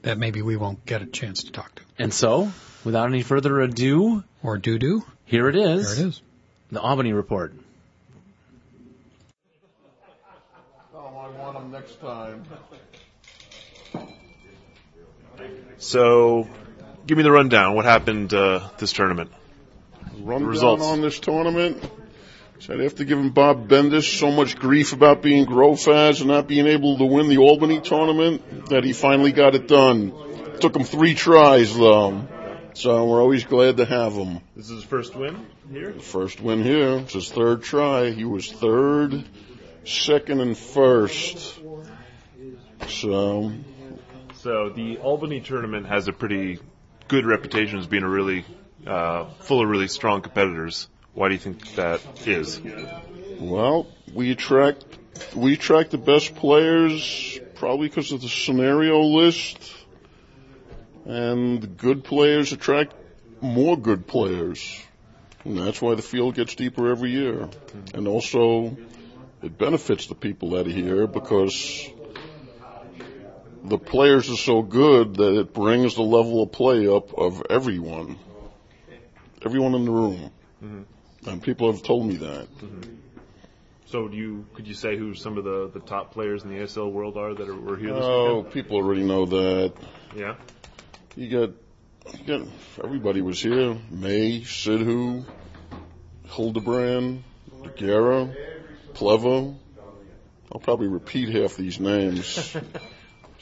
Speaker 1: that maybe we won't get a chance to talk to.
Speaker 2: And so, without any further ado,
Speaker 1: Or doo doo.
Speaker 2: here it is.
Speaker 1: There it is.
Speaker 2: The Albany Report.
Speaker 6: Oh, I want them next time.
Speaker 7: So, give me the rundown. What happened uh, this tournament?
Speaker 6: rundown
Speaker 7: Results.
Speaker 6: on this tournament. Said after giving Bob Bendis so much grief about being Grofaz and not being able to win the Albany tournament, that he finally got it done. Took him three tries though, so we're always glad to have him.
Speaker 7: This is his first win here.
Speaker 6: First win here. It's his third try. He was third, second, and first. So
Speaker 7: So the Albany tournament has a pretty good reputation as being a really uh, full of really strong competitors. Why do you think that is?
Speaker 6: Well, we attract we attract the best players probably because of the scenario list, and good players attract more good players. And that's why the field gets deeper every year, and also it benefits the people out of here because the players are so good that it brings the level of play up of everyone, everyone in the room, and people have told me that.
Speaker 7: So do you could you say who some of the, the top players in the ASL world are that are, were here this
Speaker 6: Oh, people already know that.
Speaker 7: weekend? Yeah.
Speaker 6: You got, you got, everybody was here. May, Sidhu, Hildebrand, Guerra, Plevo. I'll probably repeat half these names.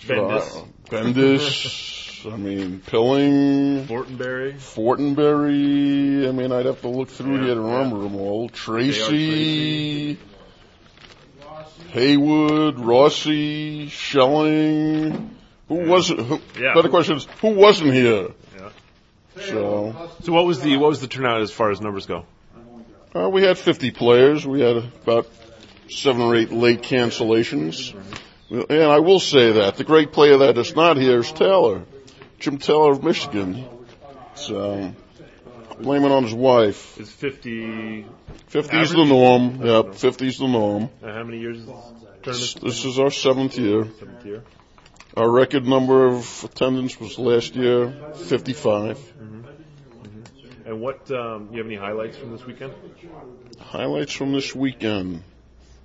Speaker 7: Bendis,
Speaker 6: Uh, Bendis, I mean, Pilling,
Speaker 7: Fortenberry,
Speaker 6: Fortenberry. I mean, I'd have to look through
Speaker 7: Yeah,
Speaker 6: here to
Speaker 7: yeah.
Speaker 6: remember them all.
Speaker 7: Tracy.
Speaker 6: Tracy, Haywood, Rossi, Schelling. Who wasn't? Who,
Speaker 7: Yeah.
Speaker 6: Better question is, who wasn't here?
Speaker 7: Yeah.
Speaker 6: So
Speaker 7: So what was the what was the turnout as far as numbers go?
Speaker 6: uh, we had 50 players. We had about seven or eight late cancellations. And I will say that the great player that is not here is Taylor, Jim Taylor of Michigan. So blame it on his wife.
Speaker 7: Is fifty?
Speaker 6: 50 is the norm. Yep, 50 is the norm.
Speaker 7: Uh, how many years is this
Speaker 6: This,
Speaker 7: tournament?
Speaker 6: this is our seventh year.
Speaker 7: Seventh year.
Speaker 6: Our record number of attendance was last year 55.
Speaker 7: And what um, you have any highlights from this weekend?
Speaker 6: Highlights from this weekend.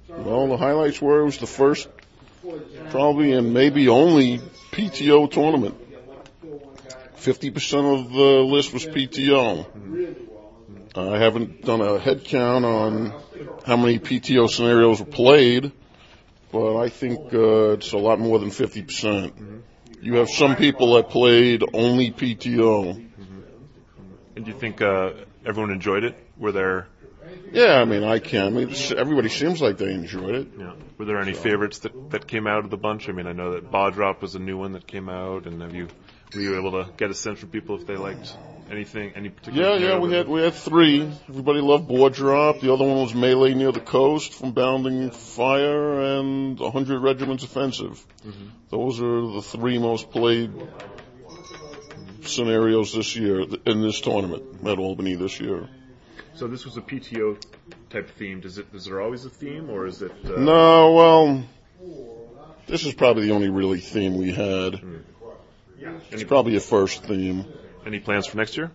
Speaker 6: Well, the highlights were it was the first, probably and maybe only PTO tournament. 50% of the list was PTO. I haven't done a head count on how many PTO scenarios were played, but I think uh, it's a lot more than 50%. You have some people that played only PTO.
Speaker 7: And do you think uh, everyone enjoyed it? Were there
Speaker 6: Yeah, I mean, I can. I mean, it's- everybody seems like they enjoyed it.
Speaker 7: you know, were there any favorites that, that came out of the bunch? I mean, I know that Bodrop was a new one that came out, and have you were you able to get a sense from people if they liked anything, any particular?
Speaker 6: Yeah, yeah,
Speaker 7: hero
Speaker 6: we
Speaker 7: that-
Speaker 6: had we had three. Everybody loved Board Drop. The other one was Melee Near the Coast from Bounding Fire and 100 Regiments Offensive.
Speaker 7: Mm-hmm.
Speaker 6: Those are the three most played scenarios this year in this tournament at Albany this year.
Speaker 7: So this was a PTO type theme. Does it? Is there always a theme, or is it? Uh,
Speaker 6: No, well, this is probably the only really theme we had.
Speaker 7: Hmm.
Speaker 6: It's probably a first theme.
Speaker 7: Any plans for next year?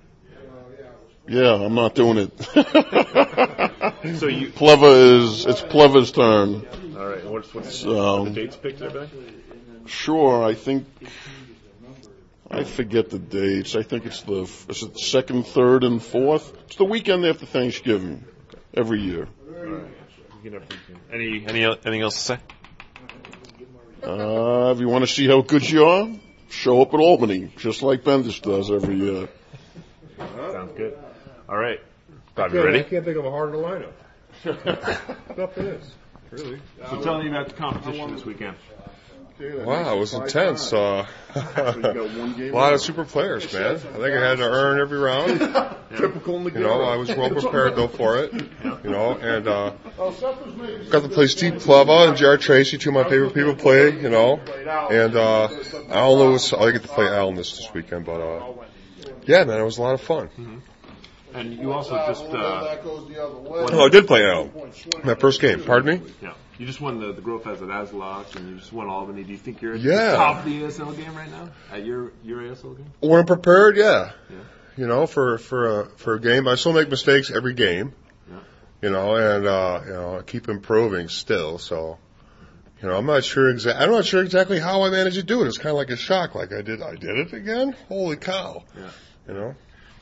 Speaker 6: Yeah, I'm not doing it.
Speaker 7: So you.
Speaker 6: Pleva is it's Pleva's turn.
Speaker 7: All right. What's what's
Speaker 6: So- um,
Speaker 7: the dates picked there, Ben?
Speaker 6: Sure, I think I forget the dates. I think it's the is it the second, third, and fourth. It's the weekend after Thanksgiving every year.
Speaker 7: You can have any any anything else to say?
Speaker 6: Uh, if you want to see how good you are, show up at Albany, just like Bendis does every year.
Speaker 7: Sounds good. All right. Bob, you ready?
Speaker 8: can't think of a harder lineup. It's up to this, really.
Speaker 7: So tell me about the competition this weekend.
Speaker 8: Wow, it was intense. Uh, a lot of super players, man. I think I had to earn every round. You know, I was well prepared though for it. You know, and uh, got to play Steve Pleva and Jared Tracy, two of my favorite people play. You know, and uh, Al Lewis. oh, I get to play Al in this this weekend, but uh, yeah, man, it was a lot of fun.
Speaker 7: And you also just uh,
Speaker 8: Oh, I did play Al. My first game. Pardon me.
Speaker 7: yeah, you just won the the Growth Fest at Aslock, and you just won Albany. Do you think you're at
Speaker 8: Yeah.
Speaker 7: the top of the ASL game right now? At your your ASL game?
Speaker 8: When I'm prepared, yeah.
Speaker 7: Yeah.
Speaker 8: You know, for for a for a game, I still make mistakes every game.
Speaker 7: Yeah.
Speaker 8: You know, and uh, you know, I keep improving still. So, you know, I'm not sure exactly. I'm not sure exactly how I managed to do it. It's kind of like a shock. Like I did, I did it again. Holy cow!
Speaker 7: Yeah.
Speaker 8: You know,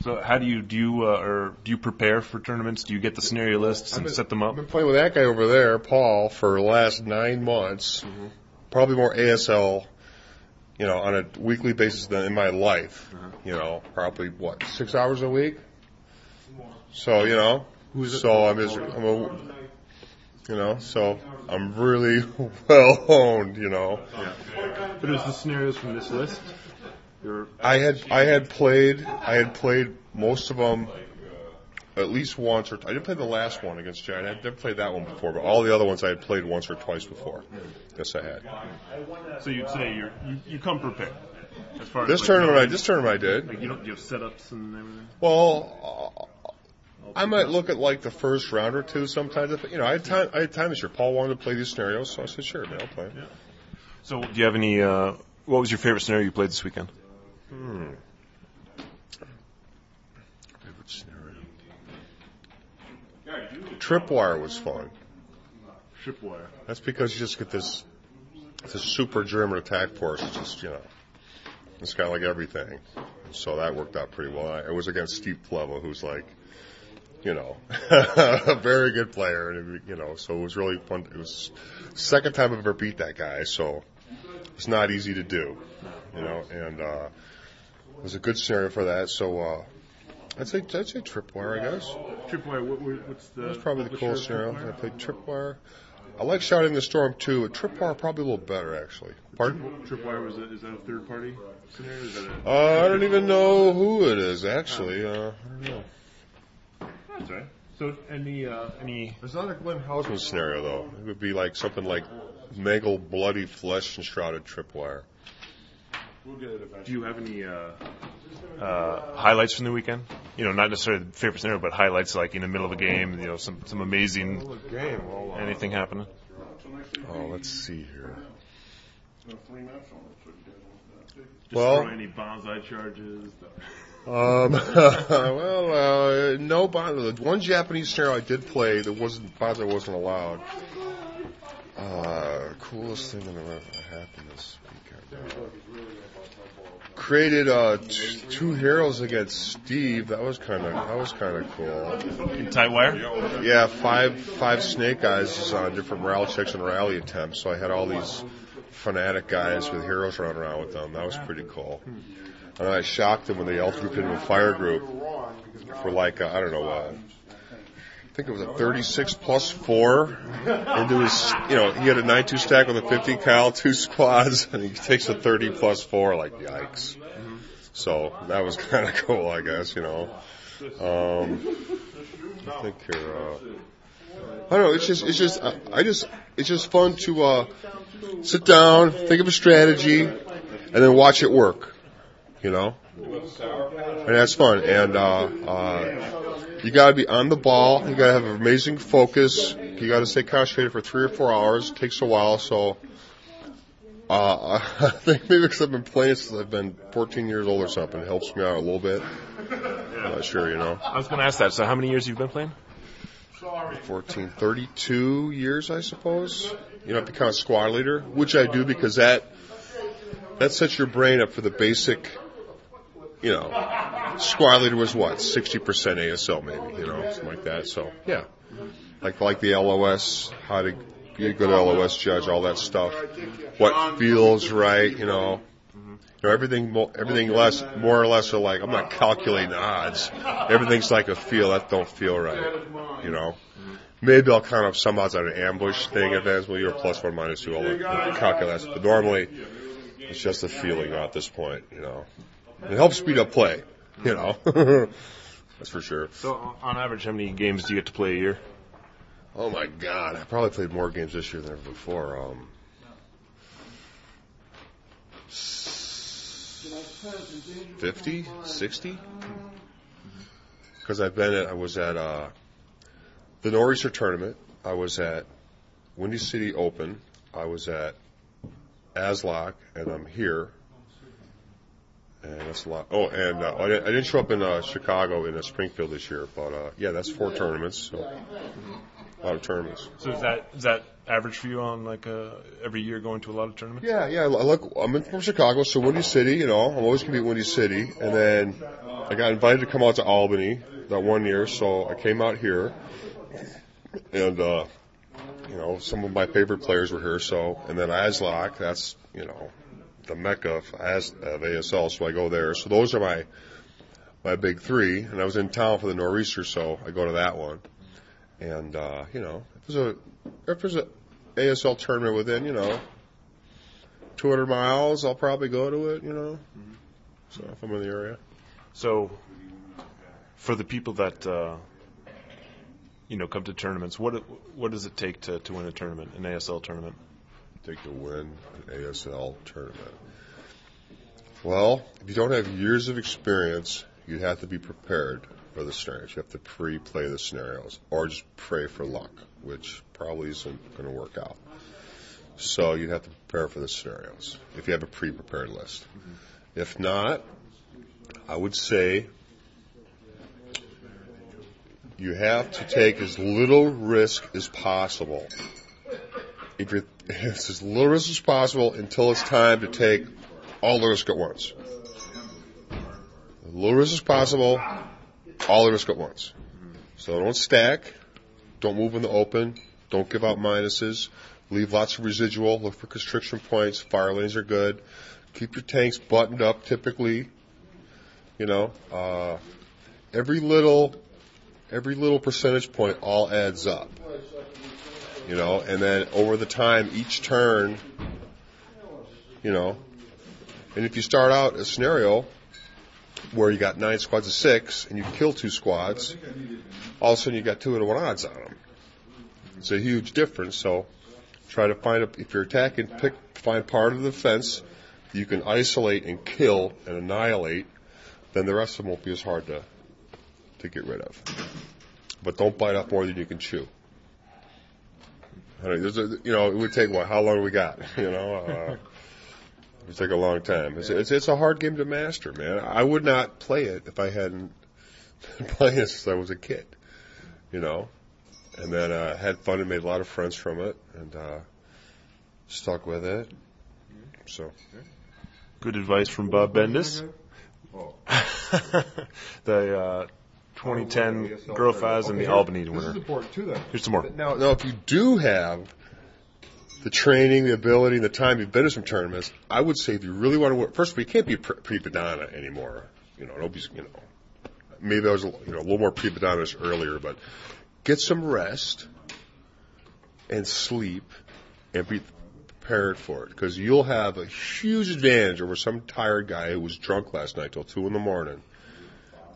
Speaker 7: So how do you do? You, uh, or do you prepare for tournaments? Do you get the scenario lists and set them up?
Speaker 8: I've been playing with that guy over there, Paul, for the last nine months.
Speaker 9: Mm-hmm.
Speaker 8: Probably more ASL, you know, on a weekly basis than in my life.
Speaker 9: Mm-hmm.
Speaker 8: You know, probably what six hours a week. So you know, so I'm just, I'm a, you know, so I'm really well honed. You know,
Speaker 9: But it was the scenarios from this list. Your
Speaker 8: I had I had played I had played most of them at least once or I didn't play the last one against Giant. I never played that one before, but all the other ones I had played once or twice before. Yes, I had.
Speaker 9: so you'd say you're, you you come prepared. As far as
Speaker 8: This
Speaker 9: like,
Speaker 8: tournament, I
Speaker 9: knowing-
Speaker 8: this tournament I did.
Speaker 9: like you don't you have setups and everything.
Speaker 8: Well, uh, I might look at like the first round or two sometimes. If, you know, I had time. I had time this year. Paul wanted to play these scenarios, so I said, "Sure, man, I'll play."
Speaker 7: So do you have any? Uh, what was your favorite scenario you played this weekend?
Speaker 8: Hmm. Favorite scenario. Tripwire was fun.
Speaker 9: Tripwire.
Speaker 8: That's because you just get this this super German attack force. It's just you know, it's kind of like everything. So that worked out pretty well. I, it was against Steve Pleva, who's like, you know, a very good player, and you know, so it was really fun. It was second time I've ever beat that guy, so it's not easy to do, you know. And uh, it was a good scenario for that. So uh, I'd say I'd say Tripwire, I guess.
Speaker 9: Tripwire. What, were- what's the?
Speaker 8: That's probably the
Speaker 9: what was
Speaker 8: coolest
Speaker 9: your
Speaker 8: scenario. I
Speaker 9: Tripwire?
Speaker 8: played Tripwire. I like Shouting in the Storm too. but Tripwire probably a little better actually. Pardon?
Speaker 9: Tripwire was a, is that a third party scenario? Is that a,
Speaker 8: Uh, I don't even know who it is actually. Uh,
Speaker 9: That's right. So any uh, any
Speaker 8: it's not a Glenn Hausman scenario though. It would be like something like Mangle Bloody Flesh and Shrouded Tripwire.
Speaker 9: do you have any uh,
Speaker 7: Uh, highlights from the weekend? You know, not necessarily the favorite scenario, but highlights like in the middle of a game. You know, some some amazing
Speaker 8: Game.
Speaker 7: anything happening.
Speaker 8: Oh, let's see here.
Speaker 9: throw
Speaker 8: Well,
Speaker 9: any bonsai charges?
Speaker 8: Um, well, uh, no bonsai. The one Japanese scenario I did play that wasn't bonsai wasn't allowed. Uh, coolest thing that ever happened this weekend. Created uh, t- two heroes against Steve. That was kind of that was kind of cool.
Speaker 7: In tight wire.
Speaker 8: Yeah, five five snake eyes on different rally checks and rally attempts. So I had all these fanatic guys with heroes running around with them. That was pretty cool. And I shocked them when they all grouped into a fire group for like uh, I I don't know what. I think it was a 36 plus four into his, you know, he had a 9-2 stack with a 50 cal, two squads, and he takes a 30 plus four, like yikes. So that was kind of cool, I guess, you know. Um, I think you're, uh, I don't know, it's just, it's just, I, I just, it's just fun to, uh, sit down, think of a strategy, and then watch it work, you know? And that's fun, and, uh, uh, you gotta be on the ball, you gotta have amazing focus, you gotta stay concentrated for three or four hours, it takes a while, so, uh, I think maybe because I've been playing since I've been 14 years old or something, it helps me out a little bit. I'm not sure, you know.
Speaker 7: I was going to ask that. So how many years you've been playing?
Speaker 8: 14, 32 years, I suppose. You know, I become a squad leader, which I do because that that sets your brain up for the basic. You know, squad leader was what 60% ASL, maybe you know, something like that. So yeah, like like the LOS, how to be a good LOS judge, all that stuff. What feels right, you know. You know, everything, mo- everything less, more or less, are like I'm not calculating odds. Everything's like a feel that don't feel right, you know. Maybe I'll count up some odds on an ambush thing advance. Well, you're plus one, minus two. I'll I'll calculate that. But normally, it's just a feeling at this point, you know. It helps speed up play, you know. That's for sure.
Speaker 7: So on average, how many games do you get to play a year?
Speaker 8: Oh my god, I probably played more games this year than ever before. Um, fifty, sixty? Because I've been at, I was at uh, the Nor'easter tournament. I was at Windy City Open. I was at Aslock, and I'm here. And that's a lot. Oh, and uh, I didn't- I didn't show up in uh, Chicago in uh, Springfield this year, but uh, yeah, that's four tournaments. So a lot of tournaments.
Speaker 7: So is that is that average for you on like uh, every year going to a lot of tournaments?
Speaker 8: Yeah, yeah. I look, I'm in, from Chicago, so Windy City. You know, I'm always gonna be at Windy City. And then I got invited to come out to Albany that one year, so I came out here, and uh, you know, some of my favorite players were here. So, and then Aslock, that's you know, the mecca of, AS, of ASL, so I go there. So those are my my big three. And I was in town for the Nor'easter, so I go to that one. And uh, you know, if there's a if there's a ASL tournament within, you know, 200 miles, I'll probably go to it, you know. So if I'm in the area.
Speaker 7: So, for the people that uh, you know come to tournaments, what what does it take to, to win a tournament, an ASL tournament?
Speaker 8: Take to win an ASL tournament. Well, if you don't have years of experience, you have to be prepared for the scenarios. You have to pre-play the scenarios or just pray for luck, which probably isn't going to work out. So you have to prepare for the scenarios if you have a pre-prepared list. If not, I would say you have to take as little risk as possible. If you're, it's as little risk as possible until it's time to take all the risk at once. As little risk as possible, all the risk at once. So don't stack, don't move in the open, don't give out minuses, leave lots of residual, look for constriction points, fire lanes are good, keep your tanks buttoned up typically, you know, uh, every little, every little percentage point all adds up you know, and then over the time, each turn, you know, and if you start out a scenario where you got nine squads of six and you kill two squads, all of a sudden you got two to one odds on them. It's a huge difference. So try to find a, if you're attacking, pick find part of the fence that you can isolate and kill and annihilate. Then the rest of them won't be as hard to to get rid of. But don't bite off more than you can chew. I don't- there's a- you know, it would take what? How long we got? You know, uh, it would take a long time. It's, it's it's a hard game to master, man. I would not play it if I hadn't been playing it since I was a kid. You know, and then uh, had fun and made a lot of friends from it, and uh, stuck with it. So
Speaker 7: Good advice from Bob Bendis. the uh, 2010 Girl Faz and the Albany winner.
Speaker 8: important too, though.
Speaker 7: Here's some more.
Speaker 8: Now, now, if you do have the training, the ability, and the time you've been to some tournaments, I would say if you really want to work, first of all, you can't be pre- pre-Padana anymore. You know, nobody's, you know, maybe I was, a- you know, a little more pre-Padanas earlier, but get some rest and sleep and be prepared for it because you'll have a huge advantage over some tired guy who was drunk last night till two in the morning.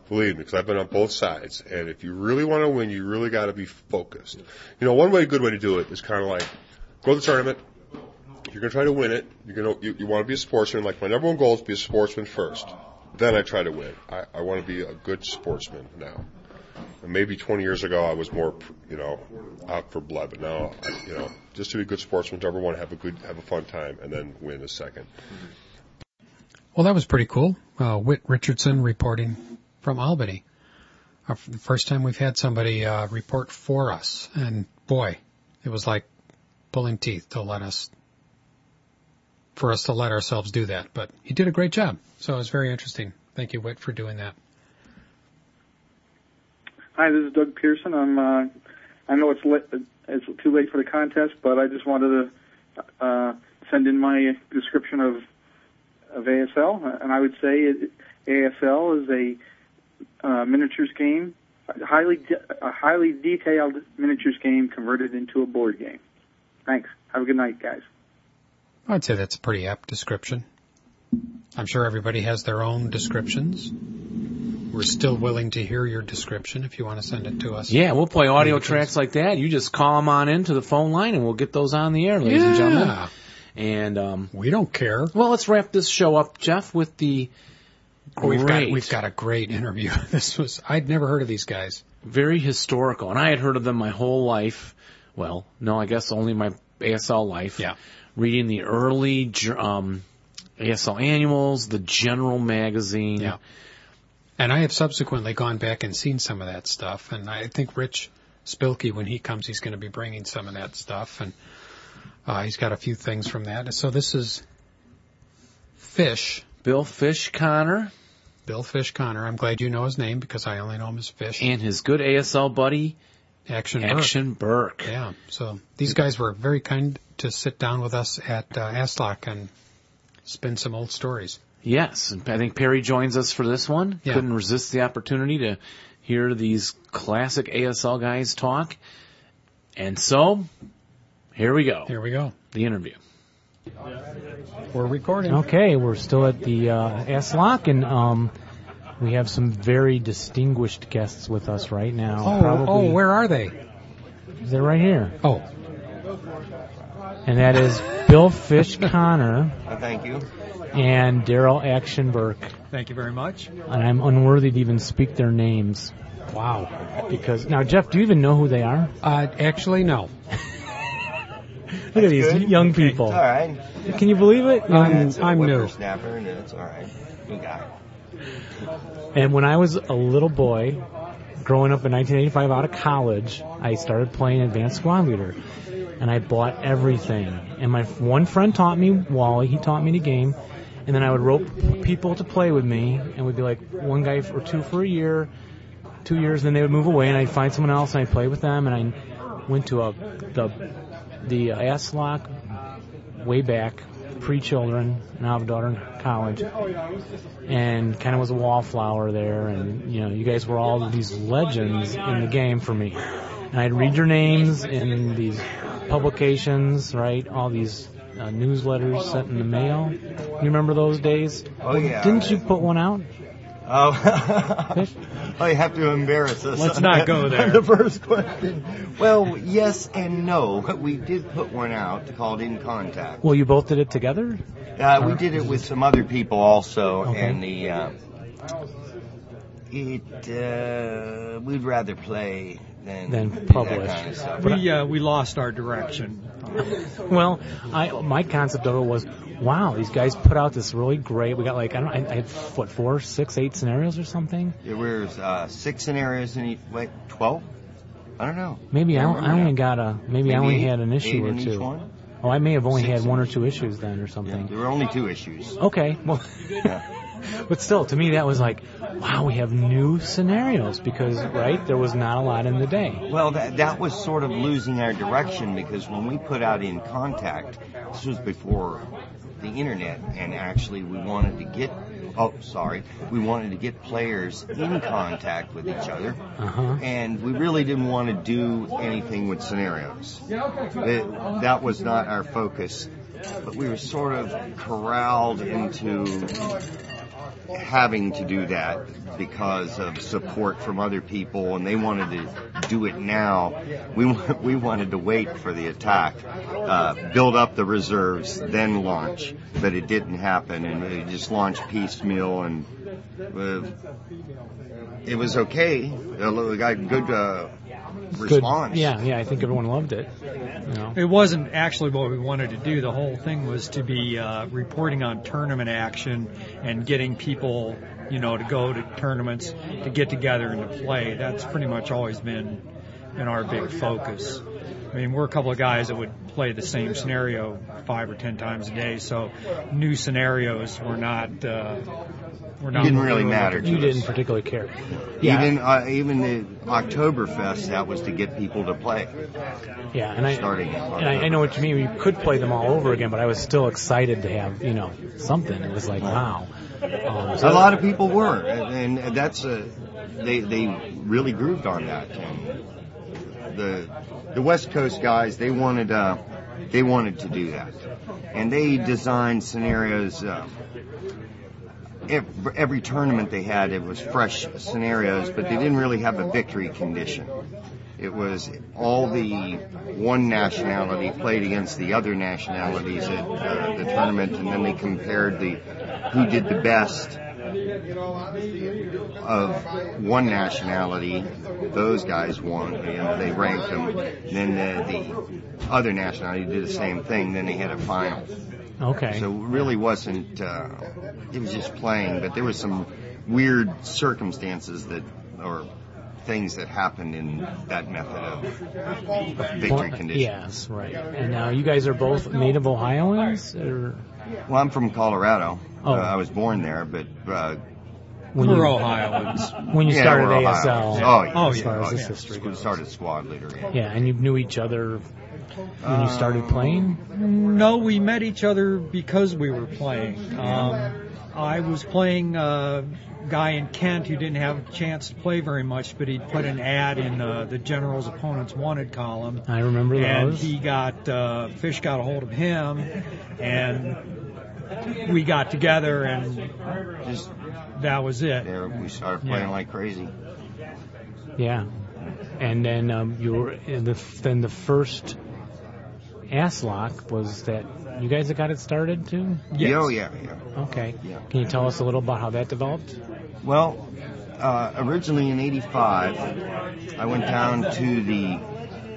Speaker 8: Believe me, because I've been on both sides. And if you really want to win, you really got to be focused. You know, one way, good way to do it is kind of like go to the tournament. You're gonna try to win it. You're gonna you, you want to be a sportsman. Like my number one goal is to be a sportsman first. Then I try to win. I, I want to be a good sportsman now. And maybe 20 years ago I was more, you know, out for blood, but now, I, you know, just to be a good sportsman, number one, have a good, have a fun time, and then win a second.
Speaker 1: Well, that was pretty cool. Uh, Whit Richardson reporting from Albany. Our, the first time we've had somebody uh, report for us, and boy, it was like pulling teeth to let us, for us to let ourselves do that. But he did a great job, so it was very interesting. Thank you, Whit, for doing that.
Speaker 10: Hi, this is Doug Pearson. I'm. Uh, I know it's late, it's too late for the contest, but I just wanted to uh, send in my description of of ASL, and I would say it, ASL is a uh, miniatures game, a highly de- a highly detailed miniatures game converted into a board game. Thanks. Have a good night, guys.
Speaker 1: I'd say that's a pretty apt description. I'm sure everybody has their own descriptions. We're still willing to hear your description if you want to send it to us.
Speaker 2: Yeah, we'll play audio tracks like that. You just call them on into the phone line, and we'll get those on the air, ladies and gentlemen.
Speaker 1: Yeah,
Speaker 2: And um,
Speaker 1: we don't care.
Speaker 2: well, let's wrap this show up, Jeff, with the
Speaker 1: Oh, We've
Speaker 2: great,
Speaker 1: got we've got a great interview. This was I'd never heard of these guys.
Speaker 2: very historical, and I had heard of them my whole life. Well, no, I guess only my ASL life. Reading the early jour- um,
Speaker 11: ASL Annuals, the General Magazine.
Speaker 1: Yeah. And I have subsequently gone back and seen some of that stuff. And I think Rich Spilkey, when he comes, he's going to be bringing some of that stuff. And uh, he's got a few things from that. So this is Fish,
Speaker 11: Bill Fish Connor
Speaker 1: Bill Fish Connor. I'm glad you know his name because I only know him as Fish.
Speaker 11: and his good ASL buddy
Speaker 1: Action. Burke.
Speaker 11: Action Burke.
Speaker 1: Yeah. So these guys were very kind to sit down with us at uh, Aslock and spin some old stories.
Speaker 11: Yes, and I think Perry joins us for this one.
Speaker 1: Yeah.
Speaker 11: Couldn't resist the opportunity to hear these classic ASL guys talk. And so, here we go.
Speaker 1: Here we go.
Speaker 11: The interview.
Speaker 1: We're recording.
Speaker 2: Okay, we're still at the uh, Aslock, and um, we have some very distinguished guests with us right now.
Speaker 1: Oh,
Speaker 2: Probably,
Speaker 1: oh, where are they?
Speaker 2: They're right here.
Speaker 1: Oh,
Speaker 2: And that is Bill Fish Connor
Speaker 12: Uh, Thank you.
Speaker 2: and Daryl Actionberg.
Speaker 12: Thank you very much.
Speaker 2: And I'm unworthy to even speak their names.
Speaker 12: Oh,
Speaker 2: Wow. Because, now, Jeff, do you even know who they are?
Speaker 1: uh, actually, no.
Speaker 2: Look at these young people.
Speaker 12: All right.
Speaker 2: Can you believe it?
Speaker 1: I'm,
Speaker 12: It's a
Speaker 1: I'm new.
Speaker 12: whippersnapper, and it's all right. You got it.
Speaker 2: And when I was a little boy, growing up in 1985 out of college, I started playing Advanced Squad Leader. And I bought everything. And my f- one friend taught me Wally, he taught me the game. And then I would rope people to play with me, and we'd be like one guy f- or two for a year, two years, then they would move away, and I'd find someone else, and I'd play with them. And I went to a, the, the Aslock way back, pre children, and I have a daughter in college and kind of was a wallflower there. And you know, you guys were all these legends in the game for me. And I'd read your names in these publications, right? All these uh, newsletters sent in the mail. You remember those days?
Speaker 12: Oh yeah.
Speaker 2: Didn't you put one out?
Speaker 12: Oh, I have to embarrass us.
Speaker 2: Let's
Speaker 12: on
Speaker 2: not
Speaker 12: that-
Speaker 2: go
Speaker 12: on
Speaker 2: there.
Speaker 12: The first question. Well, yes and no. We did put one out called In Contact.
Speaker 2: Well, you both did it together.
Speaker 12: Uh, we did it with some other people also,
Speaker 2: Okay.
Speaker 12: and the uh, it uh, we'd rather play than
Speaker 2: Than
Speaker 12: do
Speaker 2: publish.
Speaker 12: That kind of stuff.
Speaker 2: But
Speaker 12: But
Speaker 2: I-
Speaker 12: I,
Speaker 13: We uh, we lost our direction.
Speaker 2: Well, I my concept of it was, wow, these guys put out this really great. We got like I don't, I, I had what four, six, eight scenarios or something.
Speaker 12: there was uh, six scenarios in each. Wait, twelve? I don't know.
Speaker 2: Maybe I,
Speaker 12: Can't
Speaker 2: I
Speaker 12: remember
Speaker 2: only
Speaker 12: now.
Speaker 2: got a maybe, I
Speaker 12: Maybe
Speaker 2: only
Speaker 12: eight-
Speaker 2: had an issue
Speaker 12: eight
Speaker 2: or
Speaker 12: in each
Speaker 2: two.
Speaker 12: one?
Speaker 2: Oh, I may have only
Speaker 12: Six
Speaker 2: had one or two issues then or something.
Speaker 12: There were only two issues.
Speaker 2: Okay, well, but still, to me that was like, wow, we have new scenarios because right there was not a lot in the day.
Speaker 12: Well, that, that was sort of losing our direction because when we put out in contact, this was before the internet, and actually we wanted to get, oh, sorry, we wanted to get players in contact with each other,
Speaker 2: Uh huh.
Speaker 12: and we really didn't want to do anything with scenarios. That, that was not our focus, but we were sort of corralled into having to do that because of support from other people and they wanted to do it now. We, wa- we wanted to wait for the attack, uh, build up the reserves, then launch, but it didn't happen and they just launched piecemeal and uh, it was okay. We got good, uh, response.
Speaker 2: Yeah, yeah, I think everyone loved it. You know.
Speaker 13: It wasn't actually what we wanted to do. The whole thing was to be uh, reporting on tournament action and getting people, you know, to go to tournaments, to get together and to play. That's pretty much always been in our big focus. I mean, we're a couple of guys that would play the same scenario five or ten times a day, so new scenarios were not uh, were not
Speaker 12: Didn't really matter to
Speaker 2: You
Speaker 12: us.
Speaker 2: didn't particularly care.
Speaker 12: Even, uh, even the Oktoberfest, that was to get people to play.
Speaker 2: Yeah, and I
Speaker 12: Starting
Speaker 2: and
Speaker 12: at
Speaker 2: I, I know what you mean. You could play them all over again, but I was still excited to have you know something. It was like wow. Um, so
Speaker 12: A lot of people were, and and that's a they they really grooved on that. And the the West Coast guys they wanted uh they wanted to do that, and they designed scenarios. Uh, Every, every tournament they had, it was fresh scenarios, but they didn't really have a victory condition. It was all the one nationality played against the other nationalities at uh, the tournament, and then they compared the who did the best of one nationality. Those guys won. You know, they ranked them. Then the, the other nationality did the same thing. Then they had a final.
Speaker 14: Okay.
Speaker 12: So it really wasn't. Uh, it was just playing, but there was some weird circumstances that, or things that happened in that method of, of victory
Speaker 14: Well,
Speaker 12: condition.
Speaker 14: Yes, right. And now you guys are both native Ohioans, or
Speaker 12: Well, I'm from Colorado.
Speaker 14: Oh.
Speaker 12: Uh, I was born there, but uh,
Speaker 14: When you- We're Ohioans. when you
Speaker 12: Yeah,
Speaker 14: started
Speaker 12: we're Ohioans.
Speaker 14: ASL.
Speaker 12: Oh yeah.
Speaker 14: Oh, yeah. Oh, yeah.
Speaker 12: Squ- Started squad leader. Yeah. Um,
Speaker 14: yeah, and you knew each other when you started playing.
Speaker 13: No, we met each other because we were playing. Um, I was playing a guy in Kent who didn't have a chance to play very much, but he'd put an ad in uh, the general's opponents wanted column.
Speaker 14: I remember
Speaker 13: and
Speaker 14: those.
Speaker 13: he got uh, Fish got a hold of him, and we got together, and
Speaker 12: just
Speaker 13: that was it.
Speaker 12: There we started playing
Speaker 13: Yeah.
Speaker 12: like crazy.
Speaker 14: Yeah, and then um, you were in the then the first ass lock was that you guys that got it started too.
Speaker 12: Yeah, Oh yeah, yeah.
Speaker 14: Okay. Can you tell us a little about how that developed?
Speaker 12: Well, uh, originally in '85, I went down to the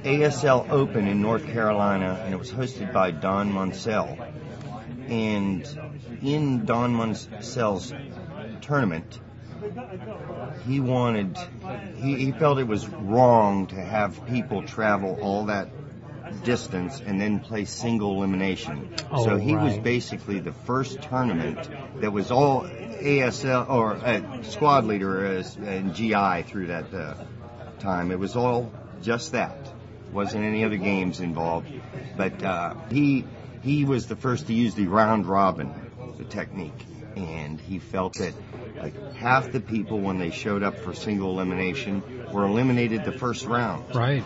Speaker 12: ASL Open in North Carolina, and it was hosted by Don Monsell. And in Don Monsell's tournament, he wanted, he, he felt it was wrong to have people travel all that distance and then play single elimination.
Speaker 14: Oh,
Speaker 12: so he was
Speaker 14: right.
Speaker 12: basically the first tournament that was all ASL or uh, squad leader as, and GI through that uh, time. It was all just that. Wasn't any other games involved. But uh, he he was the first to use the round robin, the technique, and he felt that like half the people when they showed up for single elimination were eliminated the first round.
Speaker 1: Right.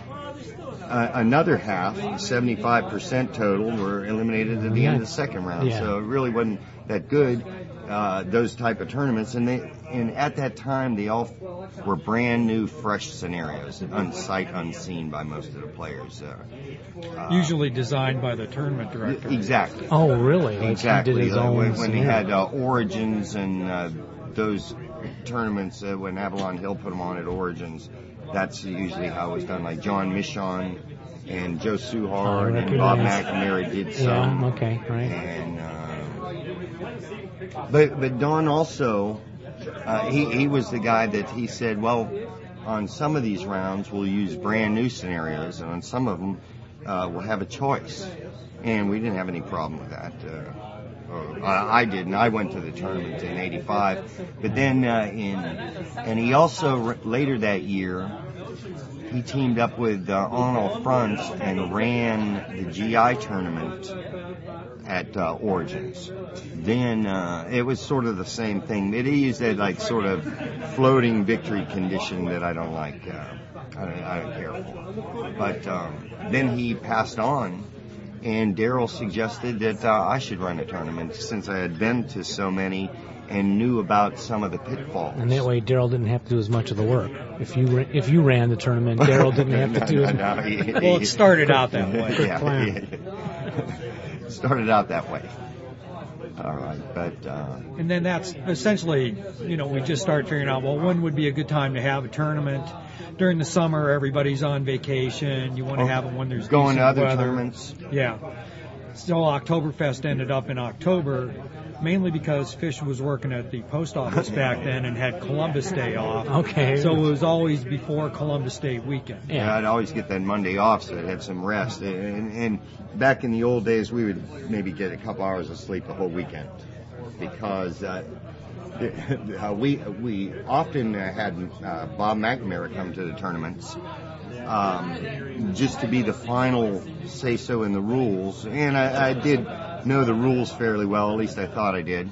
Speaker 12: Uh, another half, 75% total, were eliminated at the end of the second round.
Speaker 14: Yeah.
Speaker 12: So it really wasn't that good. Uh, those type of tournaments, and they, and at that time they all were brand new, fresh scenarios, unsight unseen by most of the players. Uh,
Speaker 13: Usually designed by the tournament director.
Speaker 12: Exactly.
Speaker 14: Oh, really? Like he
Speaker 12: Exactly.
Speaker 14: did his
Speaker 12: Uh,
Speaker 14: own
Speaker 12: when, when they
Speaker 14: scenario.
Speaker 12: had uh, Origins and uh, those tournaments, uh, when Avalon Hill put them on at Origins, that's usually how it was done. Like John Michon and Joe
Speaker 14: Oh,
Speaker 12: Suhard and Bob
Speaker 14: recognize-
Speaker 12: McNamara did some.
Speaker 14: Yeah. Okay. Right.
Speaker 12: And uh, but but Don also uh, he he was the guy that he said, well, on some of these rounds we'll use brand new scenarios, and on some of them uh, we'll have a choice. And we didn't have any problem with that. Uh, or I, I didn't. I went to the tournament in '85, but then uh, in and he also r- later that year he teamed up with uh, Arnold Frantz and ran the GI tournament at uh, Origins. Then uh, it was sort of the same thing. It used that like sort of floating victory condition that I don't like. Uh, I, don't, I don't care for. But um, then he passed on, and Daryl suggested that uh, I should run a tournament since I had been to so many and knew about some of the pitfalls.
Speaker 14: And that way, Daryl didn't have to do as much of the work. If you ra- if you ran the tournament, Daryl didn't have to do.
Speaker 12: No, no, no, he-
Speaker 14: Well,
Speaker 12: he-
Speaker 14: it started out that way. Good
Speaker 12: Yeah,
Speaker 14: plan.
Speaker 12: yeah. started out that way. All right, but uh,
Speaker 13: And then that's essentially, you know, we just start figuring out, well, when would be a good time to have a tournament? During the summer, everybody's on vacation. You want to
Speaker 12: Oh,
Speaker 13: have it when there's
Speaker 12: going to
Speaker 13: decent
Speaker 12: other
Speaker 13: weather.
Speaker 12: tournaments.
Speaker 13: Yeah. So Oktoberfest ended up in October, mainly because Fish was working at the post office back then and had Columbus Day off.
Speaker 14: Okay.
Speaker 13: So it was always before Columbus Day weekend.
Speaker 12: Yeah. I'd always get that Monday off, so I'd have some rest. And, and back in the old days, we would maybe get a couple hours of sleep the whole weekend because uh, uh, we we often uh, had uh, Bob McNamara come to the tournaments um, just to be the final say so in the rules. And I, I did know the rules fairly well, at least I thought I did.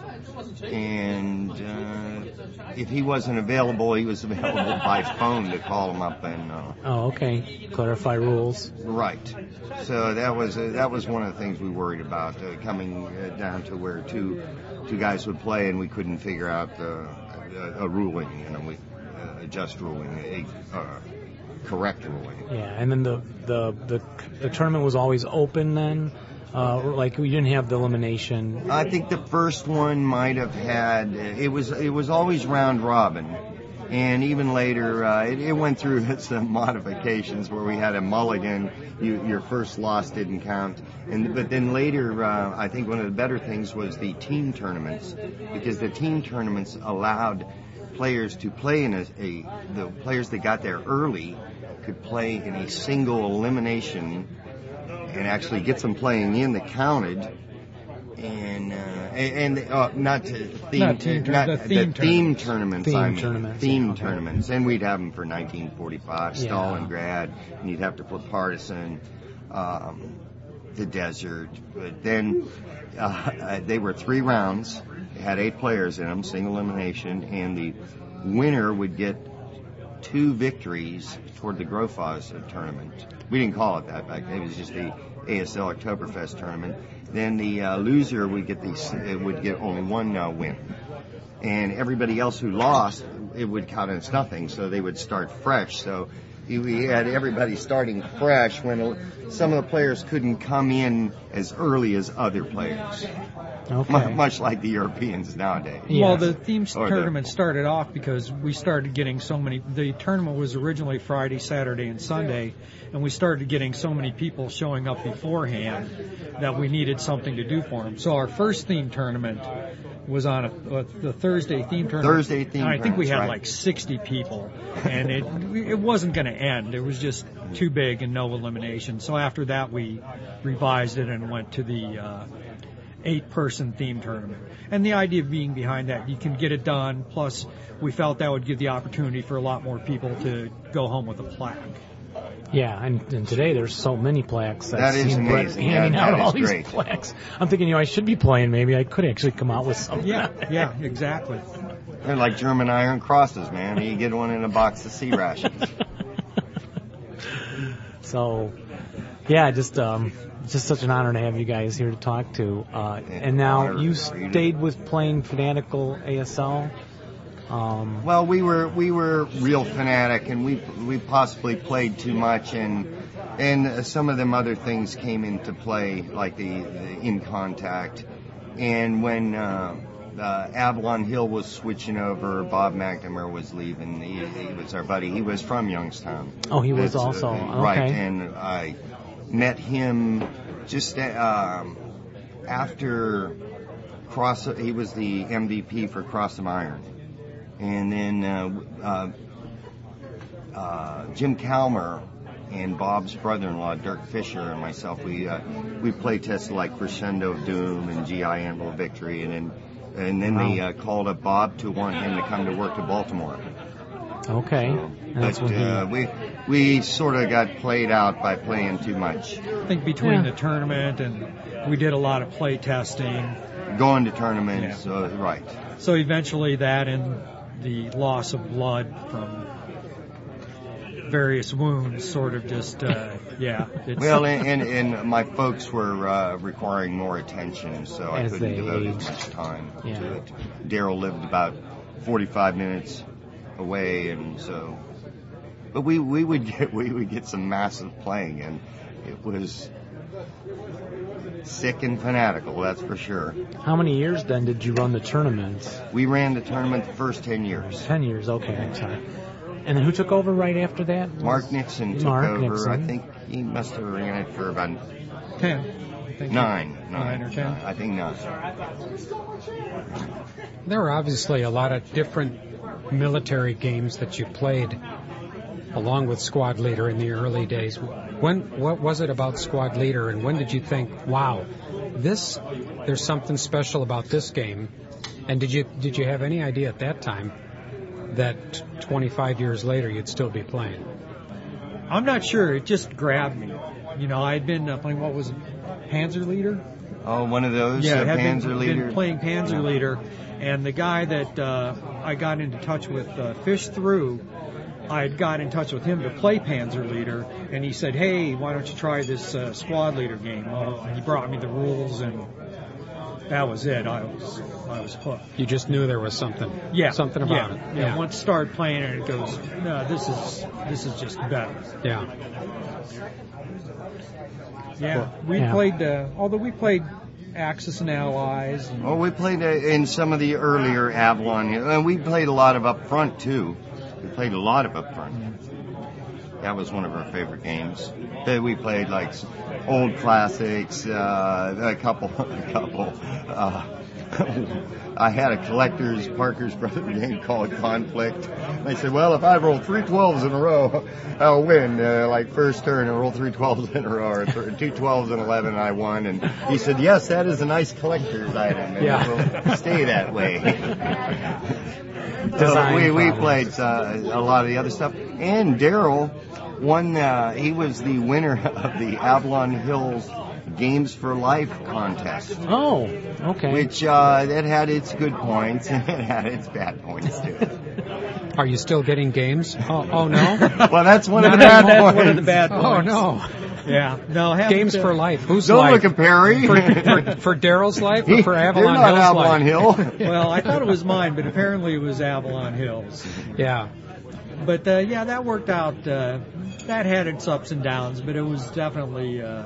Speaker 12: And uh, if he wasn't available, he was available by phone to call him up and. Uh,
Speaker 14: Oh, okay. Clarify rules.
Speaker 12: Right. So that was uh, that was one of the things we worried about uh, coming uh, down to where two two guys would play and we couldn't figure out uh, a, a ruling, you know, we uh, a just ruling, a, uh correct ruling.
Speaker 14: Yeah, and then the the the, the tournament was always open then. Uh, like we didn't have the elimination.
Speaker 12: I think the first one might have had it was it was always round robin, And even later, uh, it, it went through some modifications where we had a mulligan. You, your first loss didn't count. And but then later, uh, I think one of the better things was the team tournaments because the team tournaments allowed players to play in a, a the players that got there early could play in a single elimination and actually get some playing in that counted. And uh, and and, uh, not to theme,
Speaker 13: Not team tour- the theme
Speaker 12: the theme tournaments.
Speaker 13: tournaments. Theme
Speaker 12: I mean,
Speaker 13: tournaments,
Speaker 12: Theme tournaments, and we'd have them for 1945,
Speaker 13: Yeah.
Speaker 12: Stalingrad, and you'd have to put partisan, um, the desert. But then uh, uh, they were three rounds. They had eight players in them, single elimination, and the winner would get two victories toward the Grofaz tournament. We didn't call it that back then. It was just the ASL Oktoberfest tournament. Then the uh, loser would get the s- uh, would get only one uh, win, and everybody else who lost it would count as nothing. So they would start fresh. So you- we had everybody starting fresh when el- some of the players couldn't come in as early as other players.
Speaker 14: Okay.
Speaker 12: Mu- Much like the Europeans nowadays.
Speaker 13: Well, the theme
Speaker 12: Or the-
Speaker 13: tournament started off because we started getting so many. The tournament was originally Friday, Saturday, and Sunday, and we started getting so many people showing up beforehand that we needed something to do for them. So our first theme tournament was on a, a the Thursday theme tournament.
Speaker 12: Thursday theme
Speaker 13: And I think we
Speaker 12: tournaments,
Speaker 13: had
Speaker 12: right.
Speaker 13: like 60 people, and it it wasn't going to end. It was just too big and no elimination. So after that, we revised it and went to the. Uh, eight person theme tournament. And the idea of being behind that, you can get it done. Plus, we felt that would give the opportunity for a lot more people to go home with a plaque.
Speaker 14: Yeah, and, and today there's so many plaques. I've
Speaker 13: That is
Speaker 14: seen Brett
Speaker 13: amazing.
Speaker 14: handing
Speaker 13: That-
Speaker 14: out
Speaker 13: that
Speaker 14: all
Speaker 13: is
Speaker 14: these
Speaker 13: great.
Speaker 14: plaques. I'm thinking, you know, I should be playing. Maybe I could actually come out with something.
Speaker 13: Yeah, yeah, exactly.
Speaker 12: They're like German iron crosses, man. You get one in a box of sea rations.
Speaker 14: So, yeah, just um, just such an honor to have you guys here to talk to. Uh, and now you stayed with playing fanatical ASL. Um,
Speaker 12: Well, we were we were real fanatic, and we we possibly played too much, and and uh, some of them other things came into play, like the, the in contact, and when uh, uh, Avalon Hill was switching over, Bob McNamara was leaving. He, he was our buddy. He was from Youngstown.
Speaker 14: Oh, he was
Speaker 12: uh,
Speaker 14: also.
Speaker 12: right,
Speaker 14: Okay.
Speaker 12: and I met him just uh, um, after Cross. He was the MVP for Cross some Iron, and then uh, uh, uh, Jim Calmer and Bob's brother-in-law Dirk Fisher and myself. We uh, we play tested like Crescendo of Doom and GI Anvil Victory, and then and then they uh, called up Bob to want him to come to work to Baltimore.
Speaker 14: okay. And that's
Speaker 12: But
Speaker 14: when he-
Speaker 12: uh, we we sort of got played out by playing too much,
Speaker 13: I think between
Speaker 12: Yeah.
Speaker 13: the tournament and we did a lot of play testing.
Speaker 12: going to tournaments. Uh, right.
Speaker 13: So eventually that and the loss of blood from various wounds sort of just, uh, yeah. It's,
Speaker 12: Well, and, and and my folks were uh, requiring more attention, so I
Speaker 13: As
Speaker 12: couldn't
Speaker 13: they
Speaker 12: devote
Speaker 13: aged.
Speaker 12: as much time
Speaker 13: Yeah.
Speaker 12: to it. Daryl lived about 45 minutes away, and so. But we, we would get we would get some massive playing, and it was sick and fanatical, that's for sure.
Speaker 14: How many years then did you run the tournament?
Speaker 12: We ran the tournament the first 10 years.
Speaker 14: Ten years. Okay, I'm sorry. And then who took over right after that?
Speaker 12: Mark Nixon took
Speaker 14: Mark
Speaker 12: over.
Speaker 14: Nixon.
Speaker 12: I think he must have ran it for about
Speaker 13: Ten.
Speaker 12: nine, nine,
Speaker 1: Nine or ten?
Speaker 12: I think nine.
Speaker 1: There were obviously a lot of different military games that you played along with squad leader in the early days. When what was it about squad leader and when did you think, wow, this there's something special about this game? And did you did you have any idea at that time that 25 years later you'd still be playing?
Speaker 13: I'm not sure. It just grabbed me. You know, I had been uh, playing what was it, Panzer Leader.
Speaker 12: Oh, one of those
Speaker 13: yeah,
Speaker 12: uh,
Speaker 13: I had been-
Speaker 12: Panzer leader.
Speaker 13: Been playing Panzer Leader, and the guy that uh, I got into touch with, uh, Fish Through, I had got in touch with him to play Panzer Leader, and he said, "Hey, why don't you try this uh, Squad Leader game?" Well, he brought me the rules, and that was it. I was I was hooked.
Speaker 1: You just knew there was something.
Speaker 13: Yeah,
Speaker 1: Something about
Speaker 13: yeah,
Speaker 1: it.
Speaker 13: Yeah. once you start playing it, it goes, "No, this is this is just better."
Speaker 1: Yeah.
Speaker 13: Yeah,
Speaker 12: Cool.
Speaker 13: we
Speaker 12: Yeah.
Speaker 13: played. Uh, although we played Axis and Allies. And
Speaker 12: Oh, Well, we played uh, in some of the earlier Avalon, and we played a lot of up front too. We played a lot of up front. That was one of our favorite games. But we played like s- old classics, uh, a couple, a couple. Uh, I had a collector's Parker's brother game called Conflict. They said, well, if I roll three 12s in a row, I'll win. Uh, like first turn, I roll three 12s in a row, or th- two 12s and 11, I won. And he said, yes, that is a nice collector's item. And
Speaker 2: Yeah.
Speaker 12: it will stay that way.
Speaker 2: Design
Speaker 12: So we, we
Speaker 2: problems.
Speaker 12: played uh, a lot of the other stuff. And Daryl won, uh, he was the winner of the Avalon Hills Games for Life contest.
Speaker 2: Oh, okay.
Speaker 12: Which, uh, that had its good points and it had its bad points too.
Speaker 1: Are you still getting games? Oh, oh no.
Speaker 12: well, that's one of
Speaker 1: Not
Speaker 12: the bad
Speaker 1: anymore.
Speaker 12: points.
Speaker 1: That's one of the bad
Speaker 12: Oh,
Speaker 1: points.
Speaker 12: no.
Speaker 13: Yeah. No, have
Speaker 1: Games
Speaker 13: to-
Speaker 1: for life. Who's
Speaker 12: Don't
Speaker 1: life?
Speaker 12: look at Perry.
Speaker 1: For, for, for Daryl's life or for Avalon
Speaker 12: not
Speaker 1: Hill's
Speaker 12: Avalon
Speaker 1: life?
Speaker 13: well, I thought it was mine, but apparently it was Avalon Hills.
Speaker 1: Yeah.
Speaker 13: But uh, yeah, that worked out. Uh, that had its ups and downs, but it was definitely uh,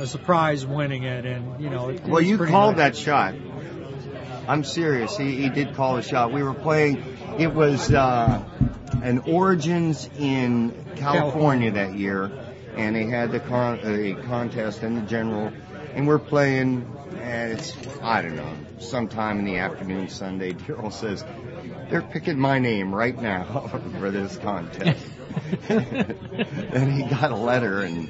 Speaker 13: a surprise winning it. And you know, it, it
Speaker 12: Well,
Speaker 13: was
Speaker 12: you
Speaker 13: pretty
Speaker 12: called that
Speaker 13: nice.
Speaker 12: shot. I'm serious. He, he did call the shot. We were playing. It was uh, an Origins in California that year, and they had the con- a contest in the general, and we're playing. And it's I don't know, sometime in the afternoon Sunday. Daryl says they're picking my name right now for this contest. and he got a letter and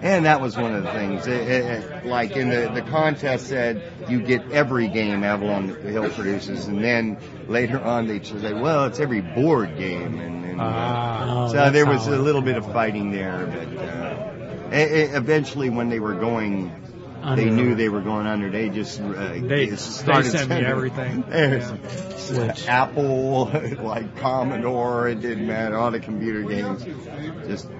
Speaker 12: and that was one of the things. It- it- it- like in the, the contest said, you get every game Avalon Hill produces, and then later on they say, well, it's every board game. And, and uh,
Speaker 2: Ah. Oh,
Speaker 12: so
Speaker 2: that's
Speaker 12: there was
Speaker 2: how
Speaker 12: a
Speaker 2: it-
Speaker 12: little bit of fighting there, but uh, e- e- eventually when they were going,
Speaker 2: Under.
Speaker 12: they knew they were going under. They just uh,
Speaker 13: They-
Speaker 12: started
Speaker 13: they sent me everything.
Speaker 12: There's Apple, like Commodore, it didn't matter. All the computer games, just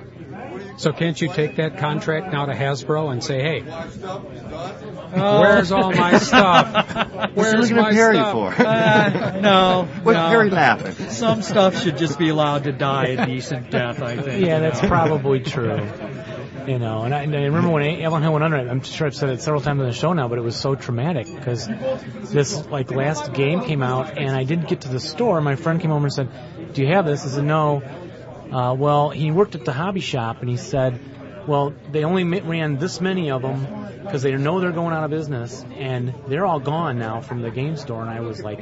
Speaker 1: So can't you take that contract now to Hasbro and say, hey,
Speaker 13: Oh.
Speaker 1: where's all my stuff?
Speaker 13: What's he
Speaker 1: Where's
Speaker 13: looking at
Speaker 1: my
Speaker 13: Perry
Speaker 1: stuff?
Speaker 12: for?
Speaker 13: Uh, no.
Speaker 12: What's
Speaker 13: no.
Speaker 12: Perry laughing?
Speaker 13: Some stuff should just be allowed to die a decent death, I think.
Speaker 2: Yeah,
Speaker 13: you
Speaker 2: that's
Speaker 13: know.
Speaker 2: probably true. You know, and I, and I remember when Avalon Hill went under, I'm sure I've said it several times on the show now, but it was so traumatic because this, like, last game came out and I didn't get to the store. My friend came over and said, do you have this? I said, no. Uh, well, he worked at the hobby shop and he said, well, they only ma- ran this many of them because they know they're going out of business and they're all gone now from the game store. And I was like,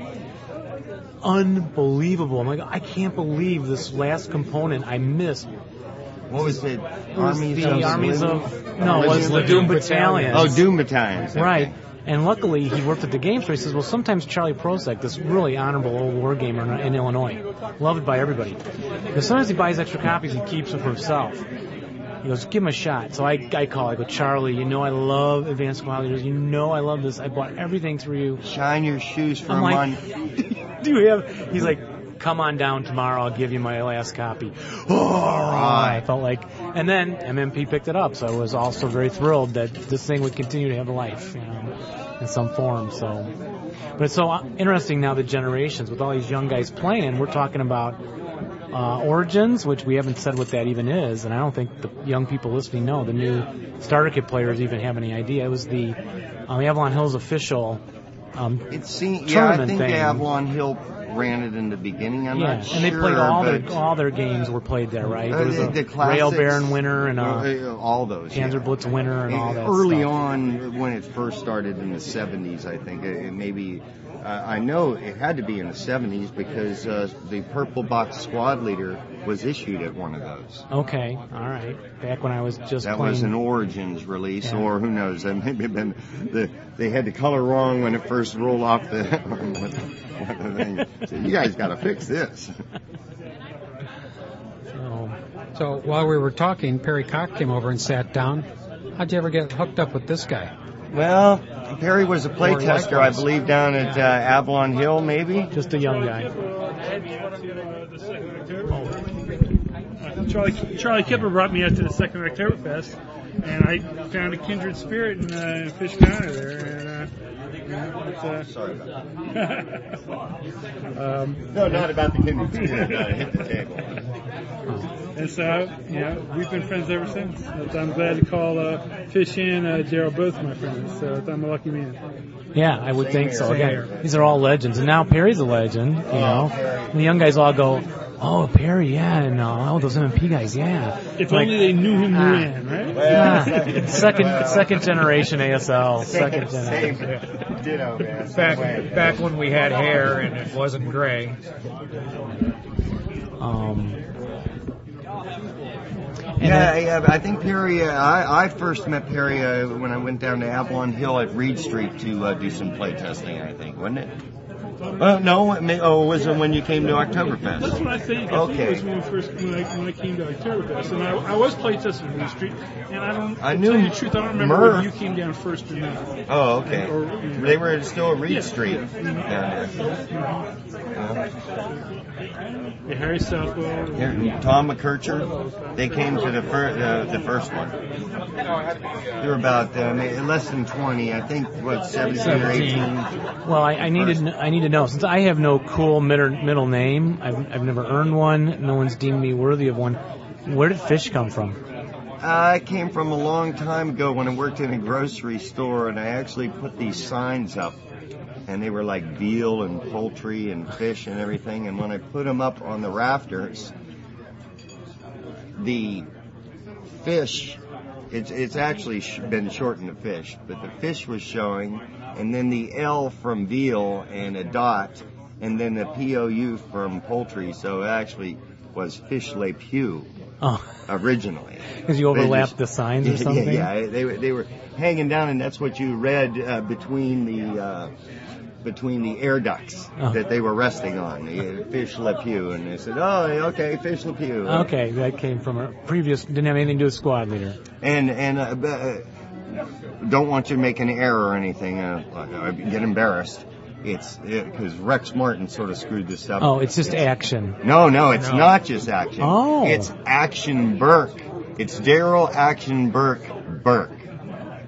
Speaker 2: unbelievable. I'm like, I can't believe this last component I missed
Speaker 12: What was it?
Speaker 2: It was
Speaker 12: Armies
Speaker 2: the
Speaker 12: of
Speaker 2: armies
Speaker 12: Doom?
Speaker 2: of no, it was the Doom Battalion.
Speaker 12: Oh, Doom Battalion.
Speaker 2: Right. And luckily, he worked at the game store. He says, well, sometimes Charlie Prosek, this really honorable old war gamer in, in Illinois, loved by everybody, but sometimes he buys extra copies and keeps them for himself. He goes, give him a shot. So I, I call. I go, Charlie, you know I love Advanced Squad Leaders. You know I love this. I bought everything through you.
Speaker 12: Shine your shoes for
Speaker 2: I'm
Speaker 12: a
Speaker 2: like,
Speaker 12: month.
Speaker 2: Do you have? He's like, come on down tomorrow. I'll give you my last copy. I felt like, and then MMP picked it up, so I was also very thrilled that this thing would continue to have a life, you know, in some form. So, but it's so uh, interesting now the generations with all these young guys playing. We're talking about uh, Origins, which we haven't said what that even is, and I don't think the young people listening know. The new starter kit players even have any idea. It was the um, Avalon Hills official. Um,
Speaker 12: It seemed, yeah, I
Speaker 2: tournament
Speaker 12: think
Speaker 2: thing.
Speaker 12: the Avalon Hill ran it in the beginning. I'm
Speaker 2: yeah,
Speaker 12: not sure.
Speaker 2: and they played all
Speaker 12: but,
Speaker 2: their all their games were played there, right?
Speaker 12: Uh,
Speaker 2: There was
Speaker 12: the-
Speaker 2: a
Speaker 12: the
Speaker 2: Rail
Speaker 12: classics.
Speaker 2: Baron winner and a
Speaker 12: Uh, all those. yeah. Eh,
Speaker 2: Panzerblitz winner and all that.
Speaker 12: Early on, when it first started in the 70s, I think it, it maybe. Uh, I know it had to be in the 70s because uh, the Purple Box Squad Leader was issued at one of those.
Speaker 2: stuff. Okay, all right. Back when I was just
Speaker 12: that
Speaker 2: playing.
Speaker 12: was an Origins release,
Speaker 2: Yeah.
Speaker 12: or who knows? That may have been the they had the color wrong when it first rolled off the, what the thing. So you guys got to fix this.
Speaker 1: So while we were talking, Perry Cock came over and sat down. How'd you ever get hooked up with this guy?
Speaker 12: Well, Perry was a
Speaker 1: Or
Speaker 12: playtester, I
Speaker 1: likewise.
Speaker 12: believe, down at uh, Avalon Hill, maybe.
Speaker 2: Just a young guy.
Speaker 4: Charlie, Charlie Kipper brought me out to the second Oktoberfest, and I found a kindred spirit in uh, Fish Counter there. And, uh, Sorry about that. um,
Speaker 12: No, not about the kindred spirit. No, it hit the table.
Speaker 4: And so, you know, we've been friends ever since. But I'm glad to call uh, Fish and uh, Gerald both my friends, so I'm a lucky man.
Speaker 2: Yeah, I would think so.
Speaker 12: Same
Speaker 2: Again,
Speaker 12: here.
Speaker 2: these are all legends, and now Perry's a legend. You
Speaker 13: Oh,
Speaker 2: know, the young guys all go, "Oh, Perry, yeah," and uh, oh, those MMP guys, yeah.
Speaker 4: If
Speaker 2: Like,
Speaker 4: only they knew who
Speaker 12: Ah.
Speaker 4: ran, right?
Speaker 2: yeah, Ah. second second generation ASL, second
Speaker 12: Same.
Speaker 2: generation.
Speaker 12: Ditto, man.
Speaker 13: Back back when we had hair and it wasn't gray.
Speaker 2: Um,
Speaker 12: Yeah, yeah, I think Perry. uh, I, I first met Perry uh, when I went down to Avalon Hill at Reed Street to uh, do some play testing. I think, wasn't it? Uh, no, it may, oh, it was when you came to
Speaker 4: That's
Speaker 12: Oktoberfest.
Speaker 4: what I think. I think
Speaker 12: Okay.
Speaker 4: it was when, we first, when, I, when I came to Oktoberfest. And I, I was playtesting Green Street. And I don't,
Speaker 12: I
Speaker 4: to
Speaker 12: knew
Speaker 4: tell you the truth, I don't remember whether
Speaker 12: Murph.
Speaker 4: you came down first or not.
Speaker 12: Oh, okay. They were still at Reed
Speaker 4: Yeah.
Speaker 12: Street down there.
Speaker 4: Yeah, Harry Southwell.
Speaker 12: Yeah, Tom McKercher, they came to the, fir- uh, the first one. There were about uh, ma- less than 20, I think, what, 17 or 18?
Speaker 2: Well, I, I need to kn- I need to know since I have no cool middle middle name. I've I've never earned one. No one's deemed me worthy of one. Where did fish come from?
Speaker 12: I came from a long time ago when I worked in a grocery store and I actually put these signs up and they were like veal and poultry and fish and everything and when I put them up on the rafters the fish it's it's actually sh- been shortened to fish but the fish was showing and then the L from veal and a dot and then the POU from poultry so it actually was fish le pew
Speaker 2: Oh,
Speaker 12: originally
Speaker 2: because you
Speaker 12: They just-
Speaker 2: overlapped the signs or
Speaker 12: Yeah,
Speaker 2: something.
Speaker 12: Yeah, yeah. They, were- they were hanging down, and that's what you read uh, between the uh, between the air ducts
Speaker 2: Oh.
Speaker 12: that they were resting on. The, uh, fish Le Pew, and they said, "Oh, okay, Fish Le Pew."
Speaker 2: Okay, that came from a previous. Didn't have anything to do with squad leader.
Speaker 12: And and uh, but, uh, don't want you to make an error or anything. Uh, like, uh, get embarrassed. It's because Rex Martin sort of screwed this up.
Speaker 2: Oh, it's just action.
Speaker 12: No, no, it's
Speaker 2: No.
Speaker 12: not just action.
Speaker 2: Oh.
Speaker 12: It's Action Burke. It's Daryl Action Burke Burke.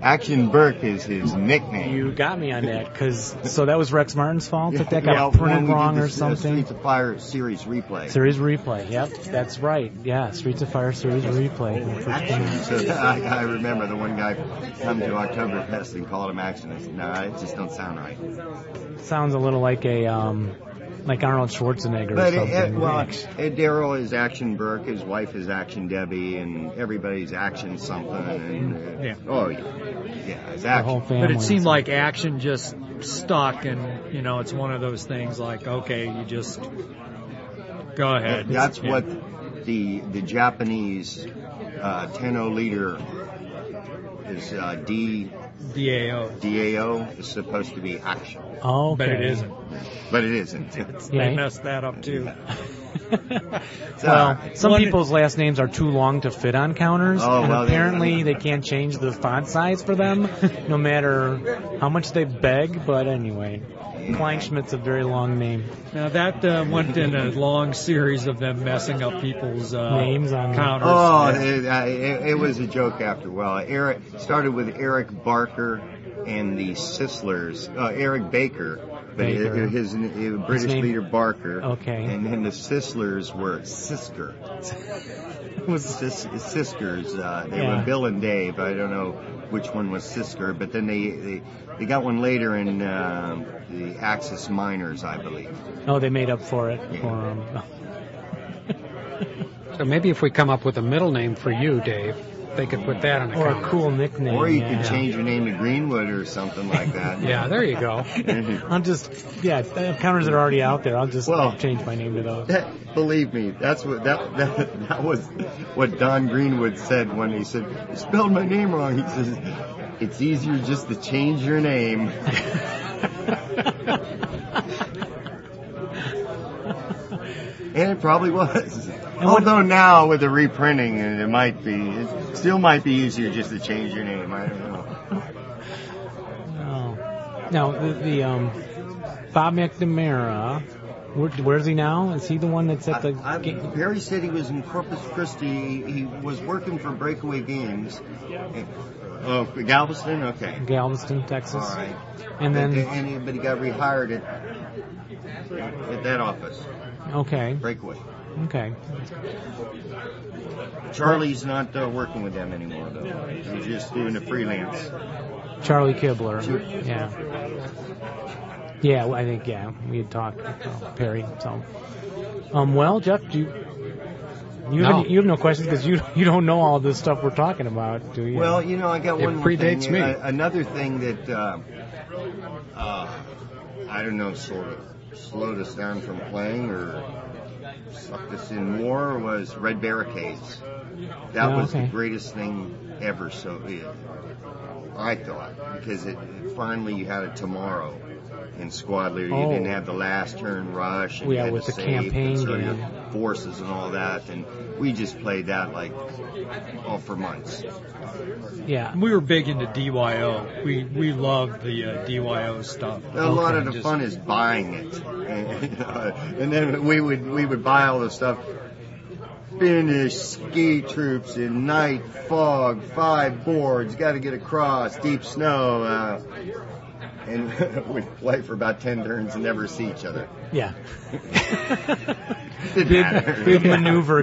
Speaker 12: Action Burke is his nickname.
Speaker 2: You got me on that because so that was Rex Martin's fault that that got
Speaker 12: Yeah, when
Speaker 2: printed
Speaker 12: we did
Speaker 2: wrong
Speaker 12: the
Speaker 2: or
Speaker 12: S- uh,
Speaker 2: something.
Speaker 12: Streets of Fire series replay.
Speaker 2: Series replay. Yep, that's right. Yeah, Streets of Fire series replay.
Speaker 12: So I, I remember the one guy come to Oktoberfest and called him action. I said, no, it just don't sound right.
Speaker 2: Sounds a little like a um, like Arnold Schwarzenegger
Speaker 12: But
Speaker 2: or
Speaker 12: it,
Speaker 2: something.
Speaker 12: it, well, it- Daryl is Action Burke, his wife is Action Debbie, and everybody's Action something. And, uh,
Speaker 13: Yeah.
Speaker 12: Oh, yeah. Yeah, it's
Speaker 13: The
Speaker 12: Action.
Speaker 13: whole family. But it seemed like action just stuck, and you know, it's one of those things like, okay, you just go ahead.
Speaker 12: That's
Speaker 13: Yeah.
Speaker 12: what the the Japanese uh, Tenno leader is uh, D
Speaker 13: DAO.
Speaker 12: DAO is supposed to be action,
Speaker 2: Oh,
Speaker 13: But it isn't.
Speaker 12: but it isn't. It's,
Speaker 13: They messed that up too.
Speaker 2: Well, some
Speaker 13: One-
Speaker 2: people's last names are too long to fit on counters,
Speaker 12: Oh,
Speaker 2: and
Speaker 12: well, they-
Speaker 2: apparently they can't change the font size for them, no matter how much they beg. But anyway, Kleinschmidt's a very long name.
Speaker 13: Now that uh, went in a long series of them messing up people's uh,
Speaker 2: Names on-
Speaker 13: counters.
Speaker 12: Oh,
Speaker 13: Yeah.
Speaker 12: it, I- it, it was a joke after a while. Eric started with Eric Barker and the Sislers, uh, Eric Baker, but it-
Speaker 2: Baker.
Speaker 12: it- his, uh, British
Speaker 2: name-
Speaker 12: leader Barker.
Speaker 2: Okay.
Speaker 12: And then the Sislers were Sister.
Speaker 2: was
Speaker 12: Sis, Sisters. Uh, they
Speaker 2: Yeah.
Speaker 12: were Bill and Dave. I don't know which one was Sister, but then they they, they got one later in um the Axis Miners, I believe.
Speaker 2: Oh, they made up for it for um,
Speaker 1: So maybe if we come up with a middle name for you, Dave, they could put that on a
Speaker 2: or a
Speaker 1: counter.
Speaker 2: cool nickname.
Speaker 12: Or you
Speaker 2: yeah.
Speaker 12: could change your name to Greenwood or something like that.
Speaker 1: Yeah, there you go.
Speaker 2: I'll just yeah, the counters that are already out there. I'll just
Speaker 12: Well-
Speaker 2: change my name to those.
Speaker 12: That, believe me, that's what that, that that was what Don Greenwood said when he said you spelled my name wrong. He says it's easier just to change your name. And it probably was. Although now with the reprinting, it it might be, it still might be easier just to change your name. I don't know.
Speaker 2: Oh. Now the, the um, Bob McNamara. Where, where's he now? Is he the one that's at the?
Speaker 12: I, I, Barry said he was in Corpus Christi. He was working for Breakaway Games. Oh, Galveston. Okay.
Speaker 2: Galveston, Texas.
Speaker 12: All right.
Speaker 2: And then-
Speaker 12: and he, but he got rehired at at that office.
Speaker 2: Okay.
Speaker 12: Breakaway.
Speaker 2: Okay.
Speaker 12: Charlie's not uh, working with them anymore though. He's just doing a freelance.
Speaker 2: Charlie Kibler. Yeah. Yeah, well, I think yeah we had talked uh, Perry. So, um, well, Jeff, do you you,
Speaker 12: No.
Speaker 2: have, you have no questions because you you don't know all this stuff we're talking about, do you?
Speaker 12: Well, you know, I got
Speaker 2: It
Speaker 12: one more
Speaker 2: predates
Speaker 12: thing.
Speaker 2: me.
Speaker 12: Uh, another thing that uh, uh, I don't know, sort of slowed us down from playing or sucked us in more was Red Barricades. That
Speaker 2: Oh,
Speaker 12: was
Speaker 2: okay.
Speaker 12: the greatest thing ever, Soviet. I thought because it, it finally you had a tomorrow in squad leader. You
Speaker 2: Oh.
Speaker 12: didn't have the last turn rush. And you
Speaker 2: Yeah,
Speaker 12: had
Speaker 2: with
Speaker 12: to
Speaker 2: the
Speaker 12: save
Speaker 2: campaign
Speaker 12: and sort
Speaker 2: game.
Speaker 12: your forces and all that, and we just played that like all for months.
Speaker 2: Yeah.
Speaker 13: We were big into DYO. We we loved the uh, DYO stuff.
Speaker 12: A lot of the fun is buying it, and, and then we would we would buy all this stuff. Finish ski troops in night fog, five boards, got to get across deep snow, uh, and we'd play for about ten turns and never see each other.
Speaker 2: Yeah.
Speaker 12: Didn't
Speaker 2: big,
Speaker 12: matter.
Speaker 2: big maneuver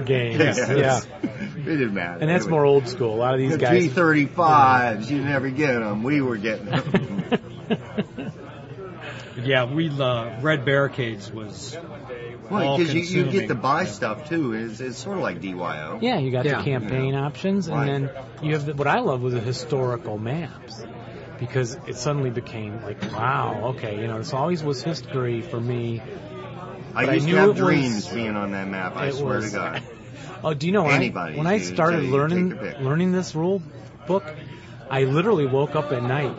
Speaker 2: games. Yeah.
Speaker 12: It didn't matter.
Speaker 2: And that's
Speaker 12: It
Speaker 2: more old school. A lot of these
Speaker 12: The
Speaker 2: guys.
Speaker 12: G35s, you never get them. We were getting them.
Speaker 13: Yeah, we love Red Barricades was.
Speaker 12: Well,
Speaker 13: all
Speaker 12: because you, you get
Speaker 13: consuming.
Speaker 12: to buy stuff too. It's, it's sort of like DYO.
Speaker 2: Yeah, you got
Speaker 12: Yeah.
Speaker 2: the campaign
Speaker 12: Yeah.
Speaker 2: options, and
Speaker 12: Right.
Speaker 2: then you have the, what I love was the historical maps because it suddenly became like, wow, okay, you know, this always was history for me.
Speaker 12: I
Speaker 2: But
Speaker 12: used
Speaker 2: knew
Speaker 12: to
Speaker 2: it
Speaker 12: have
Speaker 2: was-
Speaker 12: dreams being on that map. I
Speaker 2: it
Speaker 12: swear
Speaker 2: was-
Speaker 12: to God.
Speaker 2: Oh, do you know when
Speaker 12: Anybody,
Speaker 2: I, when I
Speaker 12: dude,
Speaker 2: started
Speaker 12: you take
Speaker 2: learning
Speaker 12: your pick.
Speaker 2: learning this rule book, I literally woke up at night,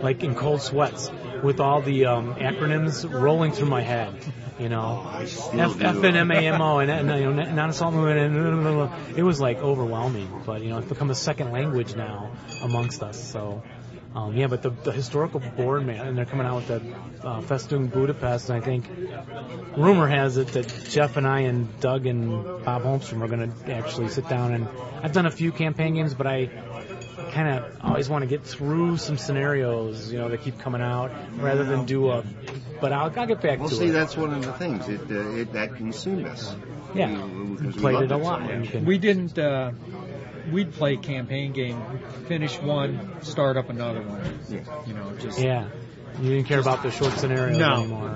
Speaker 2: like in cold sweats, with all the um, acronyms rolling through my head. You know, F,
Speaker 12: Oh, do.
Speaker 2: F and M A M O and, and you know, non-assault movement. And, blah, blah, blah, blah. it was like overwhelming, but you know, it's become a second language now amongst us. So. Um, yeah, but the, the historical board man, and they're coming out with the uh, Festoon Budapest, and I think rumor has it that Jeff and I and Doug and Bob Holmstrom are going to actually sit down and I've done a few campaign games, but I kind of always want to get through some scenarios, you know, that keep coming out rather than do a. But I'll, I'll get back
Speaker 12: Well,
Speaker 2: to
Speaker 12: see,
Speaker 2: it.
Speaker 12: that's one of the things it, uh, it, that consumed us.
Speaker 2: Yeah.
Speaker 12: we,
Speaker 2: We played it a lot. You can-
Speaker 13: We didn't. Uh, we'd play campaign game, finish one, start up another one. You know, just
Speaker 2: yeah, you didn't care about the short scenarios
Speaker 13: No.
Speaker 2: anymore.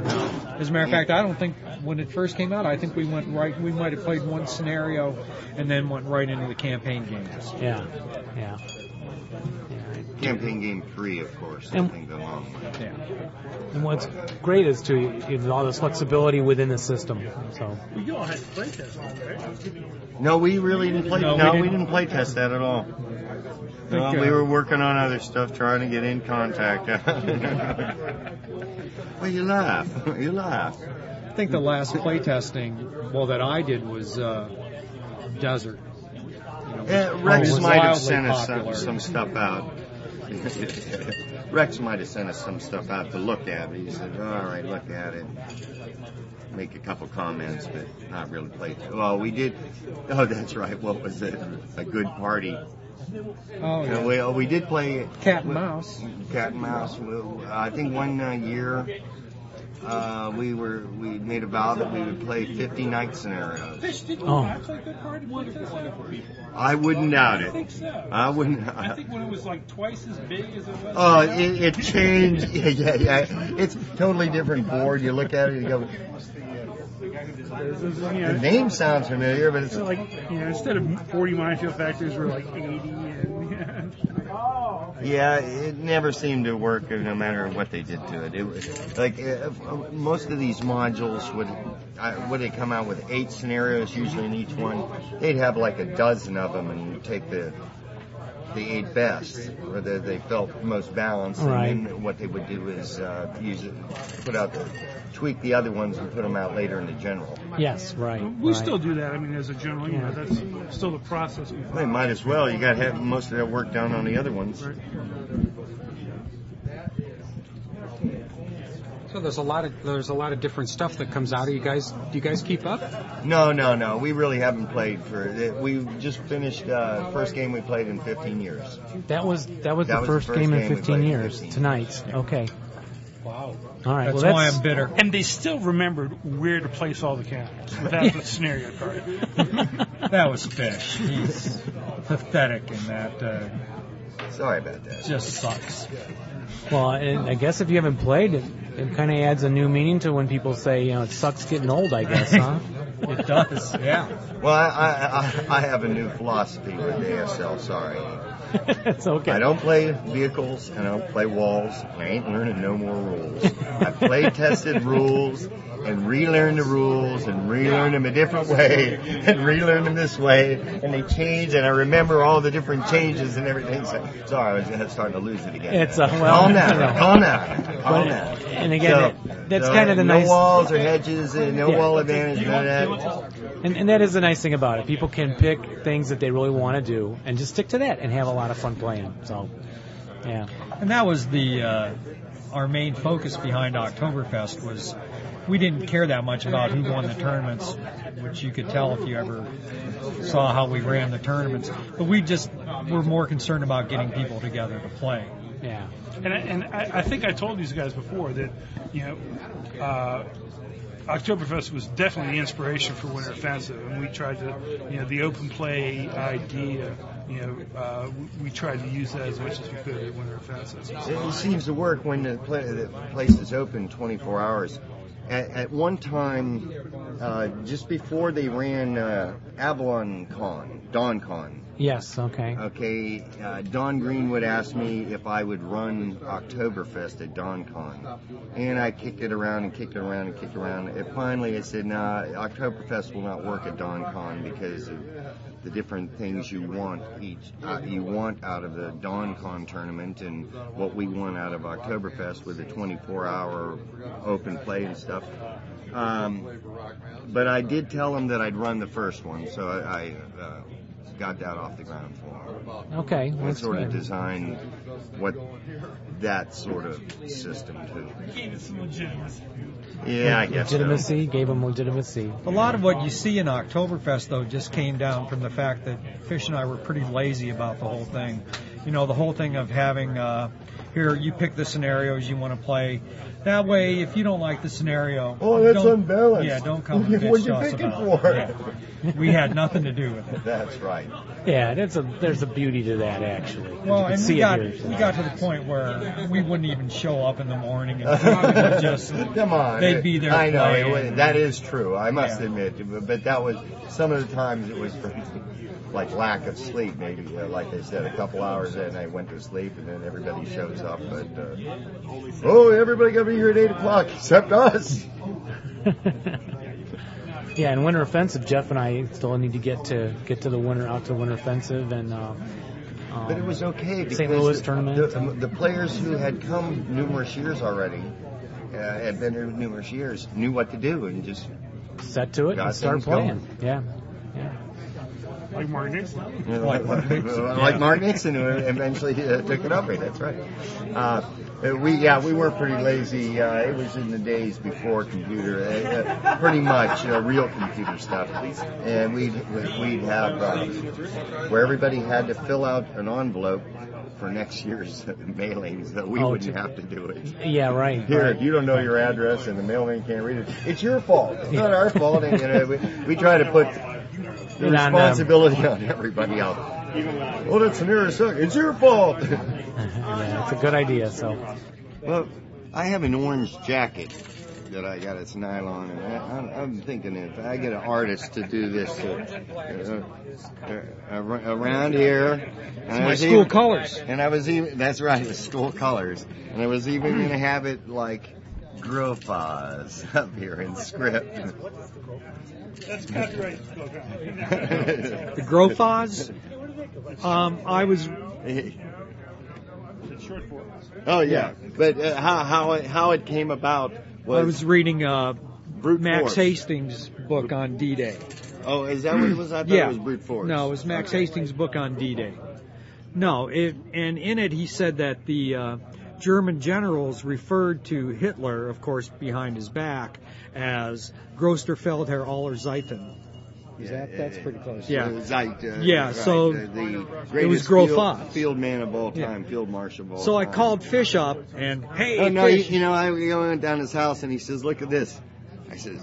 Speaker 13: As a matter of fact, I don't think when it first came out, I think we went right. We might have played one scenario, and then went right into the campaign games.
Speaker 2: Yeah, yeah.
Speaker 12: Campaign game three, of course. I
Speaker 2: And-
Speaker 12: think the long one.
Speaker 2: And what's great is to is all this flexibility within the system. So
Speaker 4: Well, you all had to play test one, right?
Speaker 12: No, we really didn't play.
Speaker 2: No,
Speaker 12: No,
Speaker 2: we
Speaker 12: we,
Speaker 2: didn't.
Speaker 12: didn't play test that at all. No,
Speaker 2: Think, uh,
Speaker 12: we were working on other stuff, trying to get in contact. well, you laugh. You laugh.
Speaker 13: I think the last playtesting, well, that I did was uh, Desert. You know,
Speaker 12: Yeah,
Speaker 13: which
Speaker 12: Eh, Rex
Speaker 13: Oh, was
Speaker 12: might have
Speaker 13: wildly
Speaker 12: sent us some,
Speaker 13: popular.
Speaker 12: some stuff out. Rex might have sent us some stuff out to look at. He said, "All right, look at it." Make a couple comments, but not really play. through. Well, we did. Oh, that's right. What was it? A good party.
Speaker 13: Oh, yeah.
Speaker 12: And we, oh, we did play
Speaker 13: Cat and Mouse.
Speaker 12: Cat and Mouse. Well, I think one uh, year uh, we were we made a vow that we would play 50 night scenarios.
Speaker 4: Fish, did you
Speaker 12: Oh.
Speaker 4: not play good party playtest?
Speaker 12: I wouldn't doubt
Speaker 4: I think
Speaker 12: it.
Speaker 4: so.
Speaker 12: I wouldn't.
Speaker 4: I think when it was like twice as big as it was.
Speaker 12: Oh,
Speaker 4: now-
Speaker 12: it, it changed. Yeah, yeah, yeah. It's totally different board. You look at it, you go,
Speaker 4: This is, you
Speaker 12: the
Speaker 4: know,
Speaker 12: name sounds familiar, but it's
Speaker 4: so like you know, instead of 40 minefield factors, we're like 80. And, yeah.
Speaker 12: yeah, it never seemed to work, no matter what they did to it. It was like uh, most of these modules would uh, would they come out with eight scenarios usually in each one. They'd have like a dozen of them, and take the the eight best, or the, they felt most balanced. And then what they would do is uh, use it, put out the tweak the other ones and put them out later in the general.
Speaker 2: yes, right.
Speaker 4: We
Speaker 2: right.
Speaker 4: still do that. I mean, as a general, you know, that's still the process. We
Speaker 12: They might as well. You got to have most of that work done on the other ones.
Speaker 1: So there's a lot of there's a lot of different stuff that comes out. of you guys do you guys keep up?
Speaker 12: No, no, no. We really haven't played for. it- We just finished uh, first game we played in 15 years.
Speaker 2: That was that was
Speaker 12: That
Speaker 2: the
Speaker 12: was
Speaker 2: first, game in
Speaker 12: we
Speaker 2: 15
Speaker 12: played in
Speaker 2: years. Tonight, okay.
Speaker 4: Wow.
Speaker 2: All right. well, that's,
Speaker 4: And they still remembered where to place all the cabinets without the scenario card.
Speaker 13: That was Fish. He's pathetic in that. Uh,
Speaker 12: Sorry about that.
Speaker 13: Just sucks.
Speaker 14: Well, and I guess if you haven't played, it, it kind of adds a new meaning to when people say, you know, it sucks getting old. I guess, huh?
Speaker 13: It does. Yeah.
Speaker 12: Well, I, I, I, I have a new philosophy with ASL. Sorry.
Speaker 14: it's okay.
Speaker 12: I don't play vehicles and I don't play walls. I ain't learning no more rules. I play tested rules and relearn the rules and relearn them a different way and relearn them this way and they change and I remember all the different changes and everything. So, sorry, I was starting to lose it again.
Speaker 14: It's a well.
Speaker 12: calm down,
Speaker 14: you know.
Speaker 12: calm down, calm
Speaker 14: But-
Speaker 12: down.
Speaker 14: and again, that- that's kinda the
Speaker 12: no
Speaker 14: nice-
Speaker 12: walls or hedges and no
Speaker 14: Yeah.
Speaker 12: wall advantage, none of that.
Speaker 14: And, and that is the nice thing about it. People can pick things that they really want to do and just stick to that and have a lot of fun playing. So, yeah.
Speaker 13: And that was the uh, our main focus behind Oktoberfest was we didn't care that much about who won the tournaments, which you could tell if you ever saw how we ran the tournaments. But we just were more concerned about getting people together to play.
Speaker 14: Yeah.
Speaker 4: And I, and I, I think I told these guys before that, you know, uh, Oktoberfest was definitely the inspiration for Winter Offensive, and we tried to, you know, the open play idea, you know, uh, we- we tried to use that as much as we could at Winter Offensive.
Speaker 12: It seems to work when the, pla the place is open 24 hours. At, at one time, uh, just before they ran uh, Avalon Con, Dawn Con,
Speaker 14: Yes. Okay.
Speaker 12: Okay, uh, Don Greenwood asked me if I would run Oktoberfest at Don Con, and I kicked it around and kicked it around and kicked it around. And finally, I said, "Nah, Oktoberfest will not work at Don Con because of the different things you want each uh, you want out of the Don Con tournament and what we want out of Oktoberfest with the 24-hour open play and stuff." Um, but I did tell him that I'd run the first one, so I, I uh, got that off the ground for him.
Speaker 14: Okay, well,
Speaker 12: I
Speaker 14: that's
Speaker 12: sort of
Speaker 14: good.
Speaker 12: designed what that sort of system to. Yeah, I guess so.
Speaker 14: legitimacy gave them legitimacy.
Speaker 13: A lot of what you see in Oktoberfest, though, just came down from the fact that Fish and I were pretty lazy about the whole thing. You know, the whole thing of having, uh, here, you pick the scenarios you want to play. That way, if you don't like the scenario.
Speaker 12: Oh, that's
Speaker 13: don't-
Speaker 12: unbalanced.
Speaker 13: Yeah, don't come and
Speaker 12: What
Speaker 13: bitch
Speaker 12: you
Speaker 13: to us
Speaker 12: picking
Speaker 13: about it. Yeah. We had nothing to do with it.
Speaker 12: That's right.
Speaker 14: Yeah, that's a there's a beauty to that actually. you
Speaker 13: Well,
Speaker 14: can
Speaker 13: and
Speaker 14: see
Speaker 13: we got,
Speaker 14: it here.
Speaker 13: we got to the point where we wouldn't even show up in the morning and we would just,
Speaker 12: Come on.
Speaker 13: they'd be there.
Speaker 12: I know.
Speaker 13: playing.
Speaker 12: It, was- that is true. I must admit. But that was, some of the times it was from like lack of sleep, maybe. Uh, like I said, a couple hours in, I went to sleep and then everybody shows up. But, uh, oh, everybody got to be here at 8 o'clock except us.
Speaker 14: Yeah, and Winter Offensive. Jeff and I still need to get to get to the winter out to Winter Offensive and. Uh, um,
Speaker 12: But it was okay because
Speaker 14: St. Louis
Speaker 12: the,
Speaker 14: tournament.
Speaker 12: The, um, the players who had come numerous years already, uh, had been there numerous years, knew what to do and just
Speaker 14: set to it
Speaker 12: got
Speaker 14: and start
Speaker 12: things
Speaker 14: playing.
Speaker 12: going.
Speaker 14: Yeah.
Speaker 4: Like Mark Nixon.
Speaker 12: You know, like, like, like Mark Nixon, who eventually uh, took it up. That's right. Uh, uh, we yeah, we were pretty lazy. Uh, it was in the days before computer, uh, uh, pretty much uh, real computer stuff, and we'd we'd have uh, where everybody had to fill out an envelope for next year's mailings that we
Speaker 14: Oh,
Speaker 12: wouldn't
Speaker 14: to-
Speaker 12: have to do it.
Speaker 14: Yeah. Right.
Speaker 12: Here,
Speaker 14: right.
Speaker 12: if you don't know your address and the mailman can't read it, it's your fault. It's not our fault. And, you know, we, we try to put the
Speaker 14: And on, um,
Speaker 12: responsibility on everybody else. Well, that's an error. suck. It's your fault.
Speaker 14: yeah, it's a good idea. So.
Speaker 12: well, I have an orange jacket that I got. It's nylon, and I, I'm, I'm thinking if I get an artist to do this uh, uh, uh, ar- around here. and
Speaker 13: It's
Speaker 12: I
Speaker 13: my
Speaker 12: was
Speaker 13: school colors.
Speaker 12: And I was even. That's right, the school colors. And I was even gonna have it like. Grofas up here in script.
Speaker 4: That's copyright.
Speaker 13: The Grofas, um, I was
Speaker 4: Short for it.
Speaker 12: Oh yeah, but uh, how how it, how it came about was
Speaker 13: I was reading uh,
Speaker 12: brute
Speaker 13: Max
Speaker 12: force.
Speaker 13: Hastings' book on D-Day.
Speaker 12: Oh, is that what it was? I thought
Speaker 13: yeah.
Speaker 12: it was brute force.
Speaker 13: No, it was Max Hastings' book on D-Day. No, it, and in it he said that the uh, German generals referred to Hitler, of course, behind his back, as Groster Feldherr Aller Zeifen.
Speaker 12: Is
Speaker 13: that- that's pretty close.
Speaker 12: Yeah,
Speaker 13: Yeah.
Speaker 12: uh, Zeit, uh,
Speaker 13: Yeah,
Speaker 12: right,
Speaker 13: so
Speaker 12: the, the
Speaker 13: it was
Speaker 12: greatest
Speaker 13: Grofas.
Speaker 12: field, field man of all time, field marshal of all
Speaker 13: So I
Speaker 12: time.
Speaker 13: called Fish up and hey,
Speaker 12: Oh, no, you,
Speaker 13: Fish,
Speaker 12: you know, I we went down his house and he says, "Look at this." I says,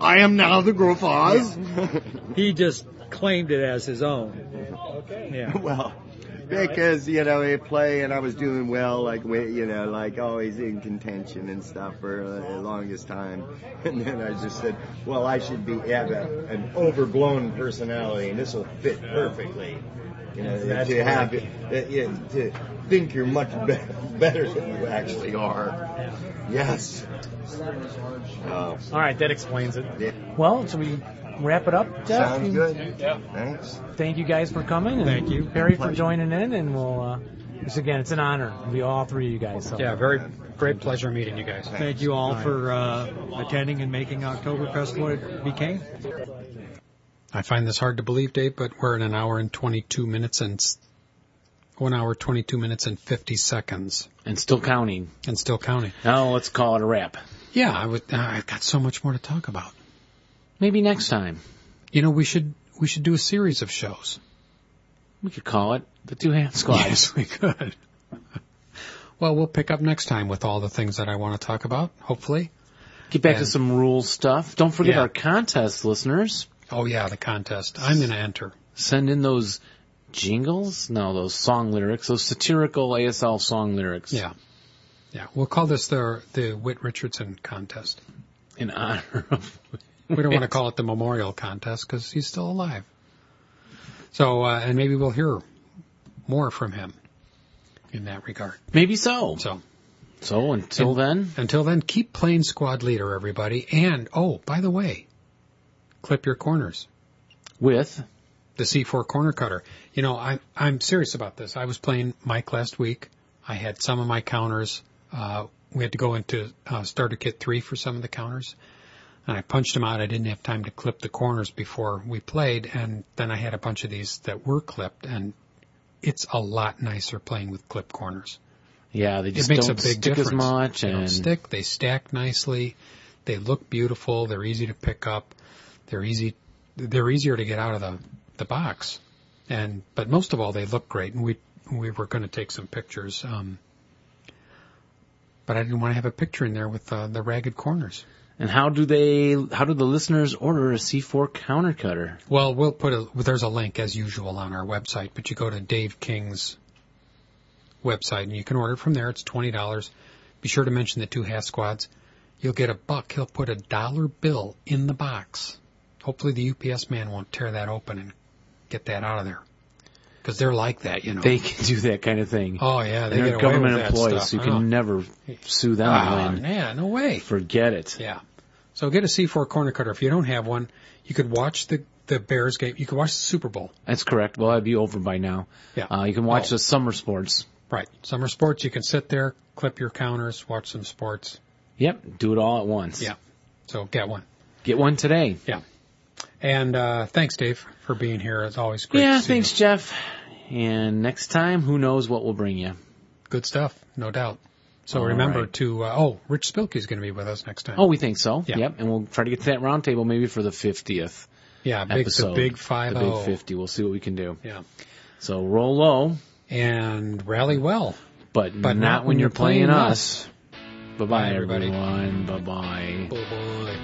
Speaker 12: "I am now the Grofaz."
Speaker 13: he just claimed it as his own. Yeah.
Speaker 12: well, because you know I play and I was doing well, like we- you know, like always in contention and stuff for the longest time, and then I just said, well, I should be have a, an overblown personality, and this will fit perfectly. You know,
Speaker 15: That's
Speaker 12: to have
Speaker 15: correct.
Speaker 12: that you, to think you're much be- better than you actually are. Yes. Oh.
Speaker 14: All right, that explains it. Well, so we wrap it up, Jeff.
Speaker 12: Sounds
Speaker 14: You-
Speaker 12: good. Thanks.
Speaker 14: Thank you guys for coming. And
Speaker 12: Thank you.
Speaker 14: Perry, for
Speaker 12: Pleasure.
Speaker 14: joining in. And we'll, uh, just again, it's an honor to be all three of you guys. So.
Speaker 13: Yeah, very
Speaker 1: great pleasure meeting you guys.
Speaker 13: Thank you all for uh, attending and making Oktoberfest what it became.
Speaker 1: I find this hard to believe, Dave, but we're in an hour and 22 minutes and s- one hour, 22 minutes and 50 seconds.
Speaker 2: And still counting.
Speaker 1: And still counting.
Speaker 2: Now let's call it a wrap.
Speaker 1: Yeah, I would, I got so much more to talk about.
Speaker 2: Maybe next time.
Speaker 1: You know, we should, we should do a series of shows.
Speaker 2: We could call it the Two Hand Squad.
Speaker 1: Yes, we could. well, we'll pick up next time with all the things that I want to talk about, hopefully.
Speaker 2: Get back to
Speaker 1: And-
Speaker 2: some rule stuff. Don't forget
Speaker 1: Yeah.
Speaker 2: our contest, listeners.
Speaker 1: Oh yeah, the contest. I'm going to enter.
Speaker 2: Send in those jingles? No, those song lyrics, those satirical ASL song lyrics.
Speaker 1: Yeah. Yeah, we'll call this the, the Whit Richardson contest.
Speaker 2: In honor of.
Speaker 1: We don't want to call it the memorial contest because he's still alive. So, uh, and maybe we'll hear more from him in that regard.
Speaker 2: Maybe so.
Speaker 1: So.
Speaker 2: So until then.
Speaker 1: Until then, keep playing squad leader, everybody. And, oh, by the way, clip your corners.
Speaker 2: With?
Speaker 1: The C4 corner cutter. You know, I, I'm serious about this. I was playing Mike last week. I had some of my counters. Uh, we had to go into uh, starter kit three for some of the counters. and I punched them out. I didn't have time to clip the corners before we played, and then I had a bunch of these that were clipped, and it's a lot nicer playing with clip corners.
Speaker 2: Yeah, they just
Speaker 1: it makes
Speaker 2: don't
Speaker 1: a big
Speaker 2: stick
Speaker 1: difference.
Speaker 2: as much.
Speaker 1: they don't
Speaker 2: and
Speaker 1: stick. They stack nicely. They look beautiful. They're easy to pick up. They're easy. They're easier to get out of the the box, and but most of all, they look great. And we we were going to take some pictures. Um, but I didn't want to have a picture in there with uh, the ragged corners.
Speaker 2: And how do they? How do the listeners order a C4 counter cutter?
Speaker 1: Well, we'll put a, there's a link as usual on our website, but you go to Dave King's website and you can order from there. It's $20. Be sure to mention the two half squads. You'll get a buck. He'll put a dollar bill in the box. Hopefully the UPS man won't tear that open and get that out of there. Cause they're like that, Uh, you know.
Speaker 2: They can do that kind of thing.
Speaker 1: Oh, yeah, they
Speaker 2: and
Speaker 1: get away
Speaker 2: are government
Speaker 1: with that
Speaker 2: employees,
Speaker 1: stuff.
Speaker 2: so you
Speaker 1: I
Speaker 2: can
Speaker 1: know.
Speaker 2: never sue them.
Speaker 1: Ah,
Speaker 2: and
Speaker 1: yeah, no way.
Speaker 2: Forget it.
Speaker 1: Yeah. So get a C4 corner cutter. If you don't have one, you could watch the, the Bears game. You could watch the Super Bowl.
Speaker 2: That's correct. Well, I'd be over by now.
Speaker 1: Yeah. Oh.
Speaker 2: Uh, you can watch the summer sports.
Speaker 1: Right. Summer sports, you can sit there, clip your counters, watch some sports.
Speaker 2: Yep. Do it all at once.
Speaker 1: Yeah. So get one.
Speaker 2: Get one today.
Speaker 1: Yeah. And uh, thanks, Dave, for being here. It's always great.
Speaker 2: yeah.
Speaker 1: to see
Speaker 2: Thanks, Jeff. And next time, who knows what we'll bring you?
Speaker 1: you. Good stuff, no doubt. So
Speaker 2: All
Speaker 1: remember
Speaker 2: right.
Speaker 1: to uh, oh, Rich Spilkey's going to be with us next time.
Speaker 2: Oh, we think so. Yep. And we'll try to get to that roundtable maybe for the fiftieth.
Speaker 1: Yeah, big- the
Speaker 2: episode,
Speaker 1: big oh. 50.
Speaker 2: The big fifty. We'll see what we can do.
Speaker 1: Yeah.
Speaker 2: So roll low
Speaker 1: and rally well,
Speaker 2: but,
Speaker 1: but
Speaker 2: not, when, you're playing, us. Bye
Speaker 1: Bye,
Speaker 2: bye,
Speaker 1: everybody.
Speaker 2: everyone. Bye bye.
Speaker 1: Bye bye.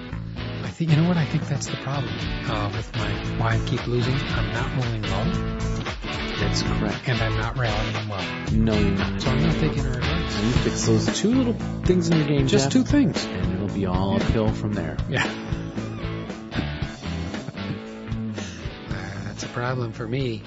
Speaker 1: I think you know what I think that's the problem uh, with my why I keep losing. I'm not rolling low,
Speaker 2: That's correct.
Speaker 1: and I'm not rallying well.
Speaker 2: No, you're not.
Speaker 1: So I'm not taking our advice.
Speaker 2: You fix those two little things in your game.
Speaker 1: Just
Speaker 2: Jeff,
Speaker 1: two things.
Speaker 2: and it'll be all uphill from there.
Speaker 1: Yeah. Uh, that's a problem for me.